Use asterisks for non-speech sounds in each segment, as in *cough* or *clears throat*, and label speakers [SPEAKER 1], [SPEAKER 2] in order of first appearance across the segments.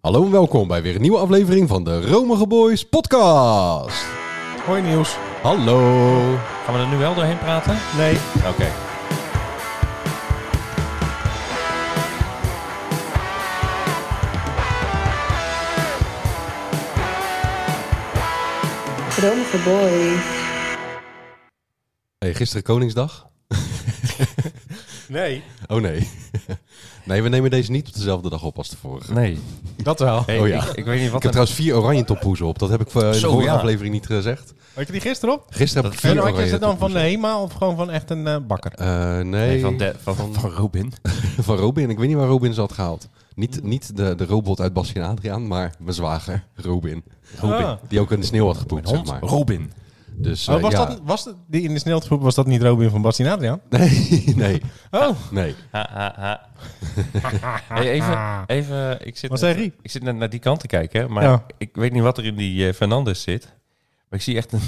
[SPEAKER 1] Hallo en welkom bij weer een nieuwe aflevering van de Romige Boys podcast.
[SPEAKER 2] Hoi Niels.
[SPEAKER 1] Hallo.
[SPEAKER 3] Gaan we er nu wel doorheen praten?
[SPEAKER 2] Nee.
[SPEAKER 3] Oké.
[SPEAKER 4] Romige boys.
[SPEAKER 1] Hey, gisteren Koningsdag?
[SPEAKER 2] Nee.
[SPEAKER 1] Oh nee. Nee, we nemen deze niet op dezelfde dag op als de vorige.
[SPEAKER 3] Nee.
[SPEAKER 2] Dat wel.
[SPEAKER 3] Hey,
[SPEAKER 1] Oh ja.
[SPEAKER 3] ik, ik weet niet
[SPEAKER 1] Ik
[SPEAKER 3] wat
[SPEAKER 1] heb
[SPEAKER 3] er...
[SPEAKER 1] trouwens vier oranje tophoezen op. Dat heb ik eh, in de
[SPEAKER 3] Zo,
[SPEAKER 1] vorige
[SPEAKER 3] ja.
[SPEAKER 1] aflevering niet gezegd.
[SPEAKER 2] Had je die gisteren op?
[SPEAKER 1] Gisteren heb ik vier
[SPEAKER 2] En had je
[SPEAKER 1] oranje
[SPEAKER 2] ze dan van de
[SPEAKER 1] tophoezen.
[SPEAKER 2] HEMA of gewoon van echt een eh, bakker?
[SPEAKER 1] Eh, nee,
[SPEAKER 3] Nee,
[SPEAKER 1] van,
[SPEAKER 3] van, de, van, van Robin.
[SPEAKER 1] Robin. Ik weet niet waar Robin ze had gehaald. Niet, niet de, de robot uit Basje en Adriaan, maar mijn zwager, Robin.
[SPEAKER 3] Robin.
[SPEAKER 2] Ah.
[SPEAKER 1] Die ook in de sneeuw had gepoept, zeg maar.
[SPEAKER 3] Robin.
[SPEAKER 1] Dus,
[SPEAKER 2] Oh,
[SPEAKER 1] eh,
[SPEAKER 2] was,
[SPEAKER 1] ja. *laughs*
[SPEAKER 2] dat, was dat, die in de sneeuwgroep was dat niet Robin van Bastien Adriaan?
[SPEAKER 1] Nee, nee,
[SPEAKER 2] Oh,
[SPEAKER 1] nee.
[SPEAKER 3] Ha, ha, ha. *laughs* Hey, even, even, ik zit,
[SPEAKER 2] Wat
[SPEAKER 3] net-
[SPEAKER 2] zei Rie?
[SPEAKER 3] ik zit net naar die kant te kijken, maar
[SPEAKER 2] Ja.
[SPEAKER 3] ik weet niet wat er in die eh, Fernandes zit. Maar ik zie echt een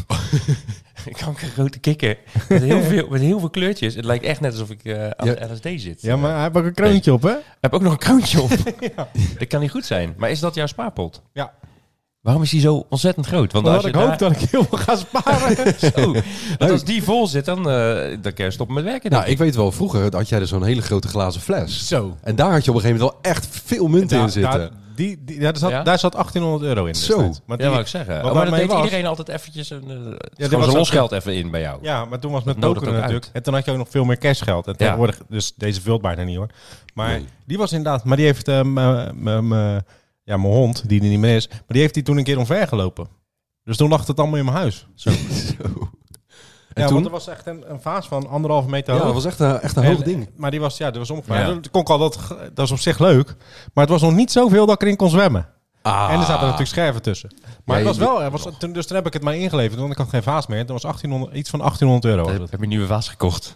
[SPEAKER 3] *laughs* kankergrote kikker met heel, veel, met heel veel kleurtjes. Het lijkt echt net alsof ik eh, aan
[SPEAKER 1] Ja.
[SPEAKER 3] de LSD zit.
[SPEAKER 2] ja, maar hij heeft ook een kroontje op, hè?
[SPEAKER 3] Ik heb ook nog een kroontje
[SPEAKER 2] *laughs*
[SPEAKER 3] op. Dat kan niet goed zijn. Maar is dat jouw spaarpot?
[SPEAKER 2] Ja.
[SPEAKER 3] Waarom is die zo ontzettend groot? Want als
[SPEAKER 2] Omdat
[SPEAKER 3] je
[SPEAKER 2] ik hoop
[SPEAKER 3] daar-
[SPEAKER 2] dat ik heel veel ga sparen.
[SPEAKER 3] *laughs*
[SPEAKER 2] *laughs*
[SPEAKER 3] Zo. Want als die vol zit, dan, eh, dan kan je stoppen met werken. denk
[SPEAKER 1] Nou, ik weet wel, vroeger had jij dus zo'n hele grote glazen fles.
[SPEAKER 2] Zo.
[SPEAKER 1] En daar had je op een gegeven moment wel echt veel munten in
[SPEAKER 2] Daar,
[SPEAKER 1] zitten.
[SPEAKER 2] daar, die, die, daar, zat,
[SPEAKER 3] Ja?
[SPEAKER 2] daar zat 1800 euro in.
[SPEAKER 1] Zo.
[SPEAKER 2] destijds. Maar
[SPEAKER 3] Ja,
[SPEAKER 2] die-
[SPEAKER 3] wou ik zeggen. Oh,
[SPEAKER 2] wat
[SPEAKER 3] maar dat
[SPEAKER 2] daarmee
[SPEAKER 3] deed
[SPEAKER 2] was-
[SPEAKER 3] iedereen altijd eventjes een... eh,
[SPEAKER 2] was
[SPEAKER 3] gewoon zijn
[SPEAKER 2] ook-
[SPEAKER 3] losgeld even in bij jou.
[SPEAKER 2] Ja, maar toen was het met
[SPEAKER 3] Dat nodigt
[SPEAKER 2] token
[SPEAKER 3] ook
[SPEAKER 2] natuurlijk.
[SPEAKER 3] uit.
[SPEAKER 2] En toen had je ook nog veel meer cashgeld. En tegenwoordig, dus deze vult bijna niet hoor. Maar
[SPEAKER 1] Nee.
[SPEAKER 2] die was inderdaad, maar die heeft eh, m- m- m- ja, mijn hond, die er niet meer is, maar die heeft die toen een keer omvergelopen. Dus toen lag het allemaal in mijn huis.
[SPEAKER 3] *laughs*
[SPEAKER 1] Zo. *laughs* En
[SPEAKER 2] ja,
[SPEAKER 1] toen?
[SPEAKER 2] want er was echt een, een vaas van anderhalve meter
[SPEAKER 1] Ja,
[SPEAKER 2] hoog.
[SPEAKER 1] dat was echt een, echt een
[SPEAKER 2] En-
[SPEAKER 1] hoog ding.
[SPEAKER 2] Maar die was, ja, die was omgevallen.
[SPEAKER 3] Ja.
[SPEAKER 2] Dat kon ik al, dat, dat is op zich leuk. Maar het was nog niet zoveel dat ik erin kon zwemmen.
[SPEAKER 1] Ah.
[SPEAKER 2] En er zaten natuurlijk scherven tussen. Maar
[SPEAKER 1] Ja,
[SPEAKER 2] het was
[SPEAKER 1] je-
[SPEAKER 2] wel, er was, toen, dus toen heb ik het maar ingeleverd, want ik had geen vaas meer. Toen was 1800, iets van 1800 euro. was het.
[SPEAKER 3] Heb je een nieuwe vaas gekocht?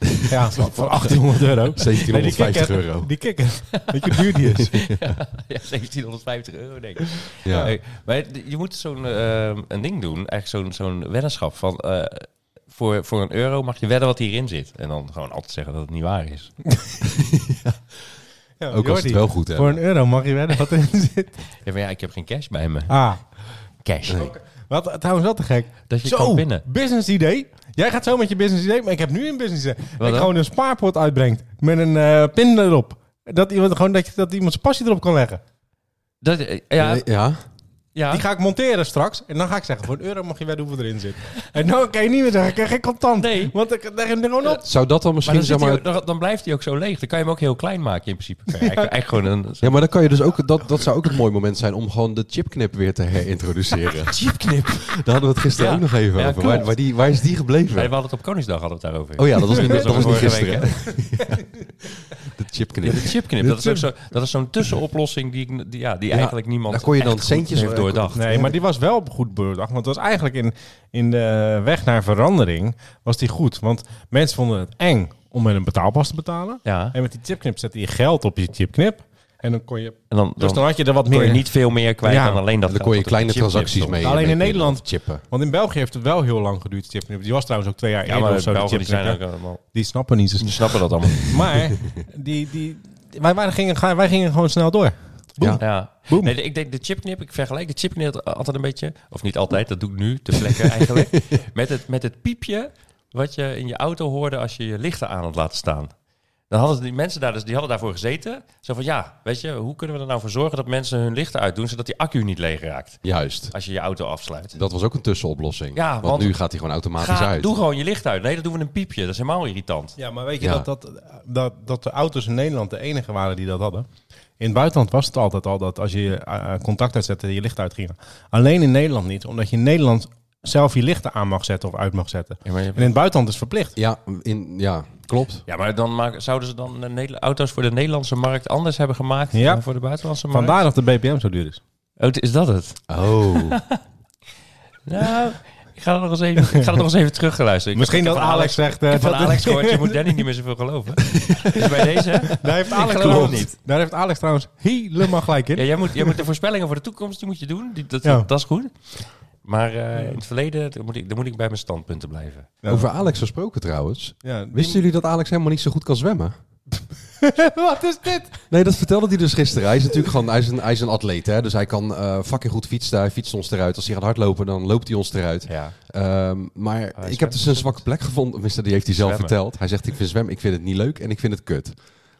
[SPEAKER 1] *laughs*
[SPEAKER 2] Ja, voor 1800 euro.
[SPEAKER 1] 1750
[SPEAKER 2] Nee,
[SPEAKER 1] Ah, euro.
[SPEAKER 2] Die kikker. *laughs* Weet je hoe duur die
[SPEAKER 1] *laughs*
[SPEAKER 2] is?
[SPEAKER 3] *laughs* ja, 1750 euro, denk ik.
[SPEAKER 1] Ja.
[SPEAKER 3] Hey, maar het- je moet zo'n eh, een ding doen, eigenlijk zo'n zo'n weddenschap van... eh, voor, voor een euro mag je wedden wat hierin zit. En dan gewoon altijd zeggen dat het niet waar is.
[SPEAKER 2] Ja,
[SPEAKER 1] Ook als het wel goed
[SPEAKER 2] Voor
[SPEAKER 1] hebben.
[SPEAKER 2] een euro mag je wedden wat erin *laughs* zit.
[SPEAKER 3] Ja, maar ja, ik heb geen cash bij me.
[SPEAKER 2] Ah,
[SPEAKER 3] Cash.
[SPEAKER 2] wat trouwens wel te gek.
[SPEAKER 3] Dat je
[SPEAKER 2] zo,
[SPEAKER 3] kan pinnen.
[SPEAKER 2] business idee. Jij gaat zo met je business idee, maar ik heb nu een business idee. Dat
[SPEAKER 3] dan?
[SPEAKER 2] ik gewoon een spaarpot uitbrengt met een eh, pin erop. Dat iemand, gewoon dat, je- dat iemand zijn passie erop kan leggen.
[SPEAKER 3] Dat, eh, ja,
[SPEAKER 1] Nee, ja.
[SPEAKER 3] ja.
[SPEAKER 2] Die ga ik monteren straks. En dan ga ik zeggen, voor een euro mag je wedden hoeveel erin zit. En dan kan je niet meer zeggen, ik krijg geen contant.
[SPEAKER 3] Nee.
[SPEAKER 2] Want ik leg hem er gewoon op.
[SPEAKER 1] Zou dat dan
[SPEAKER 3] Maar
[SPEAKER 1] misschien,
[SPEAKER 3] dan,
[SPEAKER 1] zeg
[SPEAKER 3] zit
[SPEAKER 1] maar...
[SPEAKER 3] hij ook- dan- dan blijft hij ook zo leeg. Dan kan je hem ook heel klein maken in principe.
[SPEAKER 1] *laughs*
[SPEAKER 3] Kan je eigenlijk, eigenlijk gewoon een...
[SPEAKER 1] Ja, maar dan kan je dus ook... Dat, dat zou ook een mooi moment zijn om gewoon de chipknip weer te herintroduceren.
[SPEAKER 3] Jeepknip.
[SPEAKER 1] Daar hadden we het gisteren
[SPEAKER 3] Ja.
[SPEAKER 1] ook nog even
[SPEAKER 3] Ja,
[SPEAKER 1] over.
[SPEAKER 3] klopt.
[SPEAKER 1] Waar, waar die, waar is die
[SPEAKER 3] Nee,
[SPEAKER 1] gebleven?
[SPEAKER 3] we hadden het op Koningsdag hadden we het daarover.
[SPEAKER 1] Oh ja,
[SPEAKER 3] *laughs*
[SPEAKER 1] dat was niet,
[SPEAKER 3] Dat
[SPEAKER 1] dat
[SPEAKER 3] was
[SPEAKER 1] was niet
[SPEAKER 3] vorige week,
[SPEAKER 1] gisteren. *laughs* de
[SPEAKER 3] Ja,
[SPEAKER 1] chipknip.
[SPEAKER 3] de chipknip. Dat is, ook zo, dat is zo'n tussenoplossing die, ik- die, ja, die
[SPEAKER 1] Ja,
[SPEAKER 3] eigenlijk niemand
[SPEAKER 1] daar kon je dan
[SPEAKER 3] echt goed
[SPEAKER 1] centjes
[SPEAKER 3] heeft
[SPEAKER 1] op-
[SPEAKER 3] doordacht.
[SPEAKER 2] Eh, Nee, maar die was wel goed bedacht. Want het was eigenlijk in, in de weg naar verandering was die goed. Want mensen vonden het eng om met een betaalpas te betalen.
[SPEAKER 3] Ja,
[SPEAKER 2] En met die chipknip zette je geld op je chipknip. En dan kon je...
[SPEAKER 3] en dan,
[SPEAKER 2] Dus
[SPEAKER 3] dan,
[SPEAKER 2] dan had je er wat
[SPEAKER 3] kon
[SPEAKER 2] meer
[SPEAKER 3] je niet veel meer kwijt
[SPEAKER 2] Ja,
[SPEAKER 3] dan alleen dat
[SPEAKER 1] Dan kon je
[SPEAKER 3] geld dat op
[SPEAKER 1] kleine
[SPEAKER 3] de chipknip
[SPEAKER 1] transacties
[SPEAKER 3] stond.
[SPEAKER 1] mee.
[SPEAKER 2] Alleen in
[SPEAKER 1] mee kunnen
[SPEAKER 2] Nederland.
[SPEAKER 1] Chippen.
[SPEAKER 2] Want in België heeft het wel heel lang geduurd, die chipknip. Die was trouwens ook twee jaar
[SPEAKER 3] Ja,
[SPEAKER 2] eerder
[SPEAKER 3] maar
[SPEAKER 2] of zo, die
[SPEAKER 3] Belgen, die
[SPEAKER 2] chipknip.
[SPEAKER 3] zijn
[SPEAKER 2] hè?
[SPEAKER 3] ook allemaal...
[SPEAKER 2] Die snappen niet zo
[SPEAKER 3] Die
[SPEAKER 2] snel.
[SPEAKER 3] snappen dat allemaal.
[SPEAKER 2] *laughs* Maar die, die, wij, wij, gingen, ga- wij gingen gewoon snel door.
[SPEAKER 1] Ja.
[SPEAKER 3] Ja.
[SPEAKER 2] Boem.
[SPEAKER 3] Nee, ik denk de chipknip, ik vergelijk de chipknip altijd een beetje, of niet altijd, dat doe ik nu te plekke eigenlijk, met, het, met het piepje wat je in je auto hoorde als je je lichten aan had laten staan. Dan hadden die mensen daar dus, die hadden daarvoor gezeten. Zo van ja, weet je, hoe kunnen we er nou voor zorgen dat mensen hun lichten uitdoen zodat die accu niet leeg raakt
[SPEAKER 1] Juist.
[SPEAKER 3] als je je auto afsluit?
[SPEAKER 1] Dat was ook een tussenoplossing.
[SPEAKER 3] Ja,
[SPEAKER 1] want,
[SPEAKER 3] want-
[SPEAKER 1] nu gaat hij gewoon automatisch
[SPEAKER 3] Ga,
[SPEAKER 1] uit.
[SPEAKER 3] doe gewoon je licht uit. Nee, dat doen we een piepje. Dat is helemaal irritant.
[SPEAKER 2] Ja, maar weet je
[SPEAKER 1] Ja.
[SPEAKER 2] Dat, dat, dat, dat de auto's in Nederland de enige waren die dat hadden? In het buitenland was het altijd al dat als je je eh, contact uitzette, je licht uitgingen. Alleen in Nederland niet, omdat je in Nederland zelf je lichten aan mag zetten of uit mag zetten.
[SPEAKER 3] Ja, maar,
[SPEAKER 2] En in het buitenland is het verplicht.
[SPEAKER 1] Ja, in, ja, klopt.
[SPEAKER 3] dan maken, zouden ze dan eh, Nederla- auto's voor de Nederlandse markt anders hebben gemaakt
[SPEAKER 2] Ja.
[SPEAKER 3] dan voor de buitenlandse markt?
[SPEAKER 2] Vandaar dat de BPM zo duur is.
[SPEAKER 3] Oh, is dat het?
[SPEAKER 1] *laughs* Oh.
[SPEAKER 3] Nou, ik ga er nog eens even, ik ga er nog eens even terug gaan luisteren. Ik-
[SPEAKER 2] Misschien
[SPEAKER 3] ik heb
[SPEAKER 2] dat
[SPEAKER 3] van
[SPEAKER 2] Alex zegt... eh,
[SPEAKER 3] Ik heb van
[SPEAKER 2] dat-
[SPEAKER 3] Alex gehoord, je moet Danny niet meer zoveel geloven. Dus bij deze...
[SPEAKER 2] *laughs* Daar heeft Alex,
[SPEAKER 3] geloof
[SPEAKER 2] trouwens,
[SPEAKER 3] het niet.
[SPEAKER 2] daar heeft Alex trouwens helemaal gelijk in.
[SPEAKER 3] Ja, jij, moet, jij moet de voorspellingen voor de toekomst die moet je doen. Die, dat,
[SPEAKER 2] Ja.
[SPEAKER 3] dat is goed. Maar eh, in het verleden daar moet, ik, daar moet ik bij mijn standpunten blijven.
[SPEAKER 2] Ja.
[SPEAKER 1] Over Alex gesproken trouwens.
[SPEAKER 2] Ja, die-
[SPEAKER 1] Wisten jullie dat Alex helemaal niet zo goed kan zwemmen?
[SPEAKER 2] *laughs* Wat is dit?
[SPEAKER 1] Nee, dat vertelde hij dus gisteren. Hij is natuurlijk gewoon, hij is een, hij is een atleet, hè? dus hij kan eh fucking goed fietsen. Hij fietst ons eruit. Als hij gaat hardlopen, dan loopt hij ons eruit.
[SPEAKER 3] Ja.
[SPEAKER 1] Ehm, maar
[SPEAKER 3] hij
[SPEAKER 1] ik heb
[SPEAKER 3] zwemt
[SPEAKER 1] dus een zwakke plek gevonden. Tenminste, die heeft hij zelf
[SPEAKER 3] Zwemmen.
[SPEAKER 1] verteld. Hij zegt, ik vind zwemmen, ik vind het niet leuk en ik vind het kut.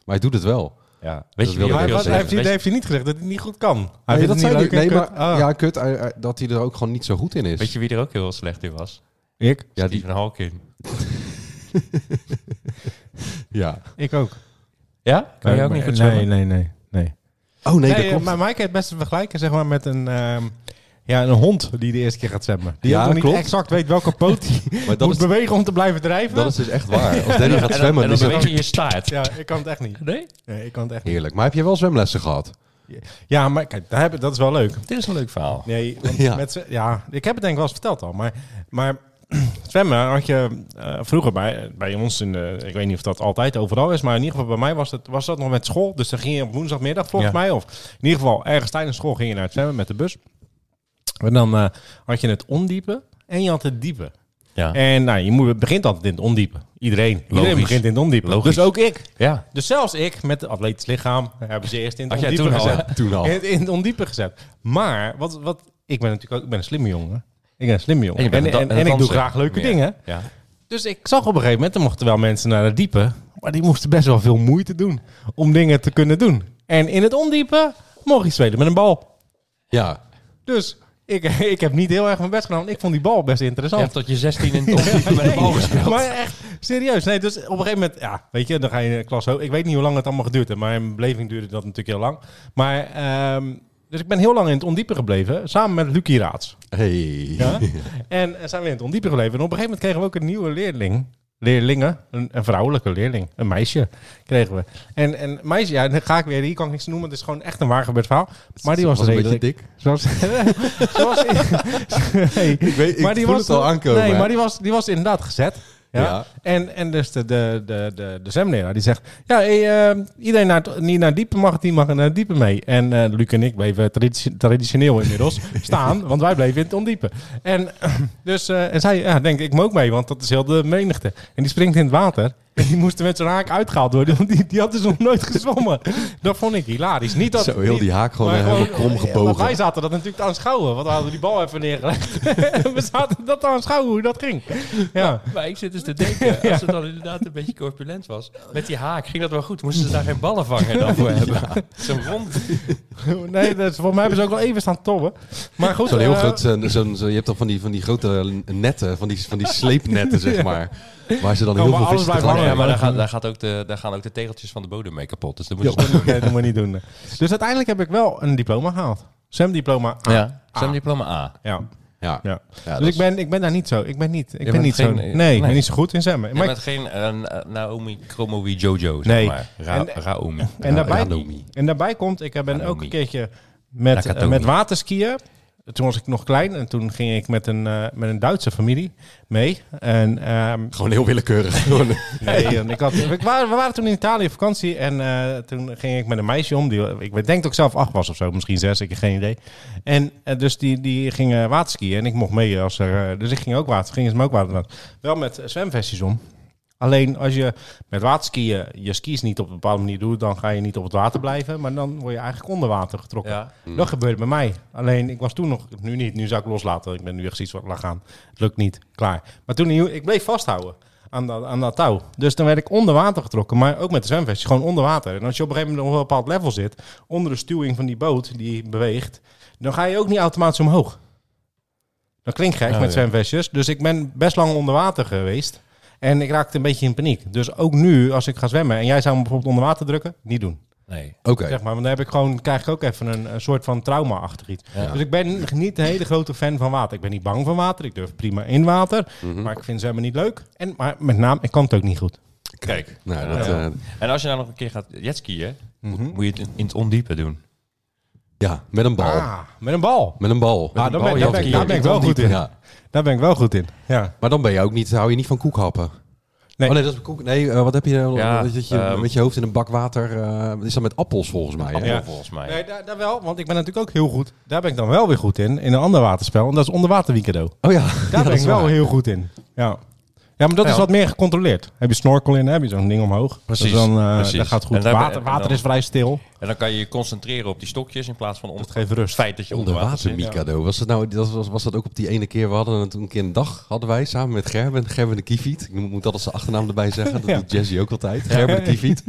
[SPEAKER 1] Maar hij doet het wel.
[SPEAKER 3] ja. Weet
[SPEAKER 1] wilde
[SPEAKER 3] je wie
[SPEAKER 1] ik
[SPEAKER 3] ook
[SPEAKER 1] ook
[SPEAKER 2] Maar
[SPEAKER 3] heel
[SPEAKER 1] wel
[SPEAKER 2] wat, hij
[SPEAKER 1] zeggen.
[SPEAKER 3] slecht
[SPEAKER 2] heeft, hij
[SPEAKER 3] is?
[SPEAKER 2] heeft hij niet gezegd dat hij niet goed kan. Hij
[SPEAKER 1] nee,
[SPEAKER 2] vindt
[SPEAKER 1] dat
[SPEAKER 2] het
[SPEAKER 1] zei
[SPEAKER 2] niet
[SPEAKER 1] hij.
[SPEAKER 2] leuk
[SPEAKER 1] Nee,
[SPEAKER 2] en
[SPEAKER 1] maar
[SPEAKER 2] kut. Ah.
[SPEAKER 1] ja, kut. Hij- hij- dat hij er ook gewoon niet zo goed in is.
[SPEAKER 3] Weet je wie er ook heel slecht in was?
[SPEAKER 2] Ik?
[SPEAKER 1] ja, die,
[SPEAKER 3] Stephen Hawking.
[SPEAKER 1] ja.
[SPEAKER 2] Ah, Ik ook.
[SPEAKER 3] Ja? Kan je ook niet goed zwemmen?
[SPEAKER 2] nee, nee, nee, nee.
[SPEAKER 1] Oh nee, dat
[SPEAKER 2] eh,
[SPEAKER 1] klopt.
[SPEAKER 2] Maar Mike heeft het best te vergelijken zeg maar, met een, ehm, ja, een hond die de eerste keer gaat zwemmen. Die
[SPEAKER 1] Ja,
[SPEAKER 2] ook nog niet
[SPEAKER 1] klopt.
[SPEAKER 2] exact weet welke poot hij
[SPEAKER 1] Maar *laughs* dat
[SPEAKER 2] moet
[SPEAKER 1] is,
[SPEAKER 2] bewegen om te blijven drijven.
[SPEAKER 1] dat is dus
[SPEAKER 2] *laughs*
[SPEAKER 1] echt waar. Als Danny
[SPEAKER 3] En
[SPEAKER 1] gaat
[SPEAKER 3] dan-
[SPEAKER 1] zwemmen, dan
[SPEAKER 3] en dan
[SPEAKER 1] is het
[SPEAKER 3] beweeg je je staart.
[SPEAKER 2] Ja, ik kan het echt niet.
[SPEAKER 3] Nee?
[SPEAKER 2] Nee, ik kan het echt niet.
[SPEAKER 1] heerlijk. Maar heb je wel zwemlessen gehad?
[SPEAKER 2] Ja, maar kijk, daar heb, ik- dat is wel leuk.
[SPEAKER 3] Dit is een leuk verhaal.
[SPEAKER 2] Nee, want
[SPEAKER 1] Ja.
[SPEAKER 2] Met, zwe- ja, ik heb het denk ik wel eens verteld al. Maar, maar *clears throat* zwemmen had je eh, vroeger bij, bij ons, in de, ik weet niet of dat altijd overal is, maar in ieder geval bij mij was, het, was dat nog met school. Dus dan ging je op woensdagmiddag volgens
[SPEAKER 3] Ja.
[SPEAKER 2] mij, of in ieder geval ergens tijdens school ging je naar het zwemmen met de bus. En dan eh, had je het ondiepe en je had het diepe.
[SPEAKER 3] Ja.
[SPEAKER 2] En nou, je moet, het begint altijd in het ondiepe. Iedereen. Iedereen
[SPEAKER 3] Logisch.
[SPEAKER 2] begint in het ondiepe.
[SPEAKER 3] Logisch.
[SPEAKER 2] Dus ook ik.
[SPEAKER 3] ja.
[SPEAKER 2] Dus zelfs ik, met het atletisch lichaam, hebben ze eerst in het
[SPEAKER 3] Had jij
[SPEAKER 2] ondiepe
[SPEAKER 3] toen al,
[SPEAKER 2] gezet.
[SPEAKER 3] hè?
[SPEAKER 1] Toen al.
[SPEAKER 2] In, het- in het ondiepe gezet. Maar wat, wat, ik ben natuurlijk ook ik ben een slimme jongen. Ik ben een slimme jongen.
[SPEAKER 3] je
[SPEAKER 2] En,
[SPEAKER 3] bent
[SPEAKER 2] en,
[SPEAKER 3] een da-
[SPEAKER 2] en
[SPEAKER 3] een
[SPEAKER 2] ik doe
[SPEAKER 3] danser.
[SPEAKER 2] graag leuke
[SPEAKER 3] Meer.
[SPEAKER 2] dingen.
[SPEAKER 3] Ja.
[SPEAKER 2] Dus ik zag op een gegeven moment, er mochten wel mensen naar het diepe. Maar die moesten best wel veel moeite doen om dingen te kunnen doen. En in het ondiepe mocht je spelen met een bal.
[SPEAKER 1] Ja.
[SPEAKER 2] Dus ik, *laughs* ik heb niet heel erg mijn best gedaan. want Ik vond die bal best
[SPEAKER 3] Je
[SPEAKER 2] interessant.
[SPEAKER 3] hebt tot je 16 *laughs* in het met een bal gespeeld.
[SPEAKER 2] Maar echt, serieus. Nee, dus op een gegeven moment, ja, weet je, dan ga je in de klas ho- Ik weet niet hoe lang het allemaal geduurd heeft, maar in mijn beleving duurde dat natuurlijk heel lang. Maar, ehm, dus ik ben heel lang in het ondiepe gebleven, samen met Lucie Raads.
[SPEAKER 1] Hey.
[SPEAKER 2] Ja? en eh, zijn we in het ondiepe gebleven. En op een gegeven moment kregen we ook een nieuwe leerling. Leerlingen, een, een vrouwelijke leerling, een meisje kregen we. En, en meisje, ja, dan ga ik weer, hier kan ik niks noemen, het is gewoon echt een waar gebeurd verhaal. Maar die was,
[SPEAKER 1] was een beetje
[SPEAKER 2] redelijk.
[SPEAKER 1] dik.
[SPEAKER 2] Ze was, *laughs* ze was Nee.
[SPEAKER 1] Ik weet, ik
[SPEAKER 2] maar die
[SPEAKER 1] voel
[SPEAKER 2] was
[SPEAKER 1] het al aankomen.
[SPEAKER 2] Nee, maar die was, die was inderdaad gezet. Ja.
[SPEAKER 1] Ja.
[SPEAKER 2] En, en dus de, de, de, de, de zwemleraar die zegt... Ja, hey, eh, iedereen naar het, die naar het diepe mag, die mag naar het diepe mee. En eh Luc en ik bleven traditie-
[SPEAKER 1] *laughs*
[SPEAKER 2] traditioneel inmiddels staan. Want wij bleven in het ondiepe. En, *clears throat* dus, eh, en zij ja, denk ik moet ook mee, want dat is heel de menigte. En die springt in het water. En die moest er met zijn haak uitgehaald worden. Want die, die had dus nog nooit gezwommen. Dat vond ik hilarisch. Niet dat,
[SPEAKER 1] Zo, heel die haak gewoon,
[SPEAKER 2] maar
[SPEAKER 1] eh, helemaal krom
[SPEAKER 2] want
[SPEAKER 1] gebogen.
[SPEAKER 2] wij zaten dat natuurlijk te aanschouwen. Want we hadden die bal even neergelegd. *laughs* en we zaten dat te aanschouwen hoe dat ging. Ja.
[SPEAKER 3] Maar ik zit dus te *laughs* denken, als het dan inderdaad een beetje corpulent was, met die haak ging dat wel goed. Moesten ze daar geen ballen vangen dan *laughs* voor hebben? Zo'n rond.
[SPEAKER 2] *laughs* Nee, dat, volgens mij hebben ze ook wel even staan tobben. Maar goed.
[SPEAKER 1] Zo'n heel
[SPEAKER 2] eh,
[SPEAKER 1] groot, zo'n- zo'n- zo- je hebt dan van die, van die grote netten, van die, van
[SPEAKER 2] *laughs*
[SPEAKER 1] die sleepnetten, zeg maar. Waar ze dan
[SPEAKER 2] Oh,
[SPEAKER 1] heel
[SPEAKER 2] maar
[SPEAKER 1] veel
[SPEAKER 2] alles
[SPEAKER 1] vissen
[SPEAKER 2] blijft
[SPEAKER 1] tegelijk
[SPEAKER 2] hangen.
[SPEAKER 3] Ja,
[SPEAKER 1] hebben.
[SPEAKER 3] maar daar, gaat, daar, gaat ook de, daar gaan ook de tegeltjes van de bodem mee kapot. Dus dat moet je
[SPEAKER 2] *laughs* Ja,
[SPEAKER 3] niet doen.
[SPEAKER 2] nee, dat moet je niet doen. Dus uiteindelijk heb ik wel een diploma gehaald. Zwemdiploma. A.
[SPEAKER 3] Ja, zwemdiploma Ah. A.
[SPEAKER 2] Ja.
[SPEAKER 1] Ja.
[SPEAKER 2] ja.
[SPEAKER 1] Ja, dat
[SPEAKER 2] dus
[SPEAKER 1] is-
[SPEAKER 2] ik ben, ik ben daar niet zo. Ik ben niet, ik ben
[SPEAKER 3] bent
[SPEAKER 2] niet zo.
[SPEAKER 3] geen-
[SPEAKER 2] Nee,
[SPEAKER 3] nee.
[SPEAKER 2] ik ben niet zo goed in zwemmen.
[SPEAKER 3] Je
[SPEAKER 2] Maar ik-
[SPEAKER 3] bent geen eh, Naomi Kromowi Jojo, zeg
[SPEAKER 2] Nee.
[SPEAKER 3] maar. Ra
[SPEAKER 2] En-
[SPEAKER 3] Raomi.
[SPEAKER 2] En daarbij,
[SPEAKER 1] Ranomi.
[SPEAKER 2] en daarbij komt, ik ben ook
[SPEAKER 3] Ranomi.
[SPEAKER 2] een keertje met,
[SPEAKER 3] Nakatomi.
[SPEAKER 2] eh, met waterskiën. Toen was ik nog klein en toen ging ik met een, eh, met een Duitse familie mee. En, ehm,
[SPEAKER 1] Gewoon heel
[SPEAKER 2] *laughs*
[SPEAKER 1] willekeurig. Gewoon- eh,
[SPEAKER 2] nee, en ik had, ik waren, we waren toen in Italië op vakantie en eh, toen ging ik met een meisje om. Die, ik denk dat ik zelf acht was of zo, misschien zes, ik heb geen idee. En eh, dus die, die ging eh, waterskiën en ik mocht mee. Als er, eh, dus ik ging ook water, gingen ze me ook water laten. Wel met eh, zwemvestjes om. Alleen als je met waterskiën je skis niet op een bepaalde manier doet, dan ga je niet op het water blijven. Maar dan word je eigenlijk onder water getrokken.
[SPEAKER 3] Ja.
[SPEAKER 2] Mm. Dat gebeurde bij mij. Alleen ik was toen nog, nu niet, nu zou ik loslaten. Ik ben nu echt zoiets wat laat gaan. Het lukt niet, klaar. Maar toen, hiel- ik bleef vasthouden aan dat, aan dat touw. Dus dan werd ik onder water getrokken, maar ook met de zwemvestjes, gewoon onder water. En als je op een gegeven moment op een bepaald level zit, onder de stuwing van die boot die beweegt, dan ga je ook niet automatisch omhoog. Dat klinkt gek
[SPEAKER 3] Oh,
[SPEAKER 2] met
[SPEAKER 3] ja.
[SPEAKER 2] zwemvestjes. Dus ik ben best lang onder water geweest. En ik raakte een beetje in paniek. Dus ook nu, als ik ga zwemmen en jij zou me bijvoorbeeld onder water drukken, niet doen.
[SPEAKER 3] Nee.
[SPEAKER 1] Oké.
[SPEAKER 2] Zeg maar, want dan heb ik gewoon, krijg ik ook even een, een soort van trauma-achtig iets.
[SPEAKER 3] Ja.
[SPEAKER 2] Dus ik ben niet een hele grote fan van water. Ik ben niet bang van water. Ik durf prima in water. Maar ik vind zwemmen niet leuk. En, maar met name, ik kan het ook niet goed.
[SPEAKER 3] Kijk.
[SPEAKER 1] Nou, dat,
[SPEAKER 3] Ja.
[SPEAKER 1] eh,
[SPEAKER 3] En als je nou nog een keer gaat jetskiën,
[SPEAKER 2] Mhm.
[SPEAKER 3] moet- moet je het in, in het ondiepe doen.
[SPEAKER 1] ja, met een bal.
[SPEAKER 2] Ah, met een bal.
[SPEAKER 1] Met een bal.
[SPEAKER 2] Ah,
[SPEAKER 3] een
[SPEAKER 2] daar ben,
[SPEAKER 3] bal,
[SPEAKER 2] daar ben,
[SPEAKER 3] Jan.
[SPEAKER 2] daar ben ik wel goed in.
[SPEAKER 1] Ja.
[SPEAKER 2] Daar ben ik wel goed in. Ja.
[SPEAKER 1] Maar dan ben je ook niet, hou je niet van koekhappen. Nee.
[SPEAKER 2] Nee.
[SPEAKER 1] Oh nee, dat is koek. Nee, eh, wat heb je? eh,
[SPEAKER 3] Ja,
[SPEAKER 1] dat je
[SPEAKER 3] ehm,
[SPEAKER 1] met je hoofd in een bak water. eh, is dat met appels volgens mij? Hè?
[SPEAKER 3] Appel,
[SPEAKER 2] Ja.
[SPEAKER 3] volgens mij.
[SPEAKER 2] Nee, daar, daar wel, want ik ben natuurlijk ook heel goed. Daar ben ik dan wel weer goed in. In een ander waterspel. En dat is onderwaterwiekado.
[SPEAKER 1] Oh ja. Ja,
[SPEAKER 2] Daar
[SPEAKER 1] dat
[SPEAKER 2] ben
[SPEAKER 1] is
[SPEAKER 2] ik wel
[SPEAKER 1] waar.
[SPEAKER 2] heel goed in. Ja. Ja, maar dat
[SPEAKER 3] Ja.
[SPEAKER 2] is wat meer gecontroleerd. Heb je snorkel in, heb je zo'n ding omhoog.
[SPEAKER 3] Precies,
[SPEAKER 2] Dus dan, eh,
[SPEAKER 3] precies.
[SPEAKER 2] Dat gaat
[SPEAKER 3] En
[SPEAKER 2] goed.
[SPEAKER 3] dan-
[SPEAKER 2] Water,
[SPEAKER 3] en
[SPEAKER 2] water
[SPEAKER 3] dan-
[SPEAKER 2] is vrij stil.
[SPEAKER 3] En dan kan je je concentreren op die stokjes in plaats van om
[SPEAKER 2] geeft rust.
[SPEAKER 3] feit dat je onder water
[SPEAKER 1] Onderwater
[SPEAKER 3] zit.
[SPEAKER 1] Mikado. Was dat, nou, dat was, was dat ook op die ene keer? We hadden het een keer een dag, hadden wij samen met Gerben, Gerben de Kiefiet. Ik moet dat als zijn achternaam erbij zeggen. Dat
[SPEAKER 2] Ja.
[SPEAKER 1] doet Jesse ook altijd. Gerben de Kiefiet.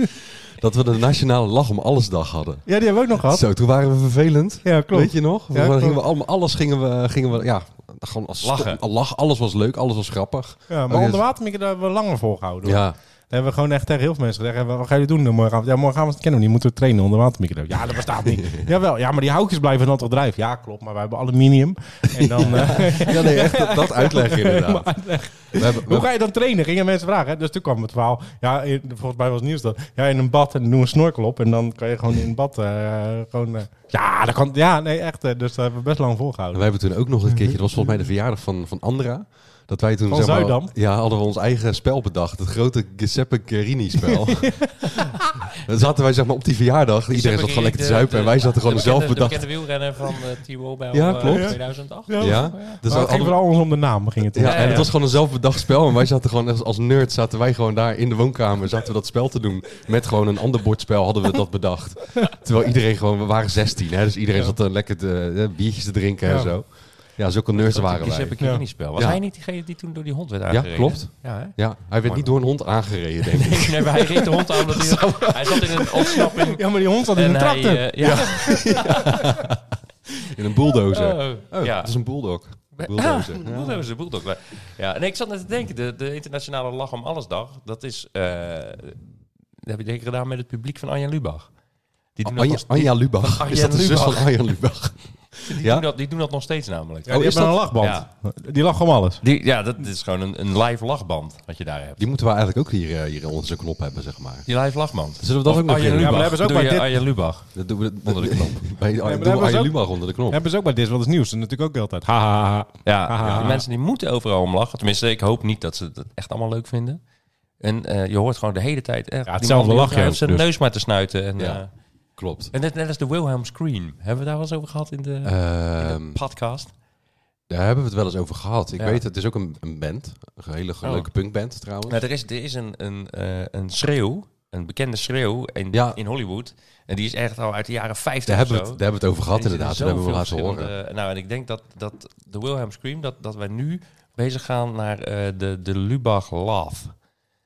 [SPEAKER 1] Dat we de nationale lach om alles dag hadden.
[SPEAKER 2] Ja, die hebben we ook nog gehad.
[SPEAKER 1] Zo, toen waren we vervelend.
[SPEAKER 2] Ja, klopt.
[SPEAKER 1] Weet je nog?
[SPEAKER 2] Ja,
[SPEAKER 1] Volgens mij gingen
[SPEAKER 2] klopt.
[SPEAKER 1] we allemaal, alles gingen we, gingen we ja, gewoon als
[SPEAKER 3] Lachen.
[SPEAKER 1] stom- lach, alles was leuk, alles was grappig.
[SPEAKER 2] Ja, maar
[SPEAKER 1] Oké, dus-
[SPEAKER 2] onder water Mieke, daar hebben we langer volgehouden. hoor.
[SPEAKER 1] Ja,
[SPEAKER 2] Daar hebben we gewoon echt tegen heel veel mensen gezegd. "Hey, Wat gaan jullie doen dan morgenavond? Ja, morgenavond kennen we niet. Moeten we trainen onder water Mieke. Ja, dat
[SPEAKER 1] *laughs*
[SPEAKER 2] bestaat niet. Jawel, ja, maar die houtjes blijven dan toch drijven. Ja, klopt. Maar we hebben aluminium. En dan... eh,
[SPEAKER 1] *laughs*
[SPEAKER 2] *laughs*
[SPEAKER 1] ja nee, echt dat, dat uitleggen inderdaad. We hebben, we
[SPEAKER 2] Hoe ga je dan trainen? Gingen mensen vragen. Hè? Dus toen kwam het verhaal. Ja, in- volgens mij was het nieuws dat. Ja, in een bad en dan doen we een snorkel op. En dan kan je gewoon in een bad. eh, gewoon, eh, ja, dat kan. Ja, nee, echt. eh, dus daar hebben we best lang
[SPEAKER 1] En
[SPEAKER 2] volgehouden.
[SPEAKER 1] wij hebben toen ook nog een keertje, dat was volgens mij de verjaardag van, van Andra. Dat wij toen
[SPEAKER 2] Mhm. Van
[SPEAKER 1] zeg maar,
[SPEAKER 2] Zuidam?
[SPEAKER 1] Ja, hadden we ons eigen spel bedacht. Het grote Giuseppe Guerini
[SPEAKER 2] *laughs*
[SPEAKER 1] spel. Dan zaten wij zeg maar op die verjaardag. Iedereen zat gewoon lekker te zuipen. En wij zaten gewoon zelf
[SPEAKER 5] Ik
[SPEAKER 1] bedacht.
[SPEAKER 5] de wielrenner van eh Timo bij
[SPEAKER 1] Ja, klopt.
[SPEAKER 5] 2008.
[SPEAKER 1] Ja,
[SPEAKER 2] Ja.
[SPEAKER 1] dus
[SPEAKER 2] Maar het
[SPEAKER 1] hadden-
[SPEAKER 2] ging vooral ons om de naam. Ging het om.
[SPEAKER 1] ja,
[SPEAKER 5] Ja,
[SPEAKER 1] en het
[SPEAKER 5] ja.
[SPEAKER 1] was gewoon een zelfbedacht spel. En wij zaten gewoon als, als nerd, zaten wij gewoon daar in de woonkamer, zaten we dat spel te doen. Met gewoon een ander bordspel hadden we dat bedacht. Terwijl iedereen gewoon, we waren 16, hè, dus iedereen
[SPEAKER 2] Ja.
[SPEAKER 1] zat er lekker te, eh, biertjes te drinken en
[SPEAKER 2] Ja.
[SPEAKER 1] zo. Ja, zulke nerds waren wij.
[SPEAKER 3] heb ik hier niet spel. Was
[SPEAKER 1] Ja.
[SPEAKER 3] hij niet diegene die toen door die hond werd
[SPEAKER 1] Ja,
[SPEAKER 3] aangereden?
[SPEAKER 1] klopt.
[SPEAKER 3] Ja, hè? *laughs*
[SPEAKER 1] Ja, hij werd niet door een hond aangereden, denk ik.
[SPEAKER 5] Nee, nee, maar hij reed de hond
[SPEAKER 1] *laughs*
[SPEAKER 5] aan omdat hij, hij zat in een ontsnapping.
[SPEAKER 2] Ja, maar die hond zat in
[SPEAKER 5] en
[SPEAKER 2] de
[SPEAKER 5] hij,
[SPEAKER 2] tractor.
[SPEAKER 5] eh, ja,
[SPEAKER 1] In een bulldozer.
[SPEAKER 5] Oh.
[SPEAKER 1] Oh,
[SPEAKER 3] Ja.
[SPEAKER 1] dat is een bulldog.
[SPEAKER 3] Bij-
[SPEAKER 1] Bulldozer.
[SPEAKER 3] Ah, bulldozer, bulldog. Ja, en ik zat net te denken, de, de internationale Lach om Allesdag, dat is, eh, dat heb je denk ik gedaan met het publiek van Anja Lubach. Die doen,
[SPEAKER 1] Anja,
[SPEAKER 3] dat, nog,
[SPEAKER 1] Anja Lubach.
[SPEAKER 3] Van
[SPEAKER 1] is dat de
[SPEAKER 3] Arjen
[SPEAKER 1] zus van
[SPEAKER 3] Lubach.
[SPEAKER 1] Anja Lubach?
[SPEAKER 3] die,
[SPEAKER 1] ja?
[SPEAKER 3] doen dat, die doen dat nog steeds namelijk.
[SPEAKER 2] ja, die
[SPEAKER 1] oh, is
[SPEAKER 2] hebben een lachband. Die lag om alles.
[SPEAKER 3] Die, ja, dat is gewoon een, een live lachband wat je daar hebt.
[SPEAKER 1] Die moeten we eigenlijk ook hier, eh, hier onder zijn knop hebben, zeg maar.
[SPEAKER 3] Die live lachband.
[SPEAKER 1] Zullen we dat ook nog
[SPEAKER 3] Arjen
[SPEAKER 1] doen?
[SPEAKER 3] Lubach.
[SPEAKER 2] Ja, maar hebben ze ook
[SPEAKER 3] Doe
[SPEAKER 2] bij
[SPEAKER 3] je
[SPEAKER 2] dit-
[SPEAKER 3] Arjen Lubach.
[SPEAKER 1] Dat doen we dat-
[SPEAKER 3] Onder de knop.
[SPEAKER 1] Bij,
[SPEAKER 2] maar
[SPEAKER 1] doen
[SPEAKER 2] hebben
[SPEAKER 1] we
[SPEAKER 2] we
[SPEAKER 1] Arjen
[SPEAKER 2] ook-
[SPEAKER 1] Lubach onder de knop.
[SPEAKER 2] Hebben ze ook bij dit, want het nieuws. En natuurlijk ook de hele tijd. Ha, ha, ha, ha.
[SPEAKER 3] Ja,
[SPEAKER 2] Ah.
[SPEAKER 3] ja, die mensen die moeten overal om lachen. Tenminste, ik hoop niet dat ze het echt allemaal leuk vinden. En eh, je hoort gewoon de hele tijd... echt die
[SPEAKER 2] hetzelfde
[SPEAKER 3] man die
[SPEAKER 2] lach je
[SPEAKER 3] hoeft
[SPEAKER 2] ook,
[SPEAKER 3] zijn
[SPEAKER 2] dus.
[SPEAKER 3] neus maar te snuiten. En,
[SPEAKER 1] Ja.
[SPEAKER 3] eh,
[SPEAKER 1] Klopt.
[SPEAKER 3] en net, net als de Wilhelm Scream. Hebben we daar wel eens over gehad in de,
[SPEAKER 1] Ehm,
[SPEAKER 3] podcast?
[SPEAKER 1] daar hebben we het wel eens over gehad. Ik
[SPEAKER 3] Ja.
[SPEAKER 1] weet, het is ook een, een band. Een hele
[SPEAKER 3] Oh.
[SPEAKER 1] leuke punkband trouwens.
[SPEAKER 3] Nou, er is, er is een, een, eh, een schreeuw, een bekende schreeuw in,
[SPEAKER 1] Ja.
[SPEAKER 3] in Hollywood. En die is echt al uit de jaren 50
[SPEAKER 1] daar,
[SPEAKER 3] of
[SPEAKER 1] hebben we
[SPEAKER 3] zo.
[SPEAKER 1] het, daar hebben we het over gehad
[SPEAKER 3] En er
[SPEAKER 1] inderdaad. Dat
[SPEAKER 3] zitten
[SPEAKER 1] hebben we laten
[SPEAKER 3] zoveel
[SPEAKER 1] horen.
[SPEAKER 3] verschillende- Nou, en ik denk dat, dat de Wilhelm Scream, dat, dat wij nu bezig gaan naar eh, de, de Lubach Laugh.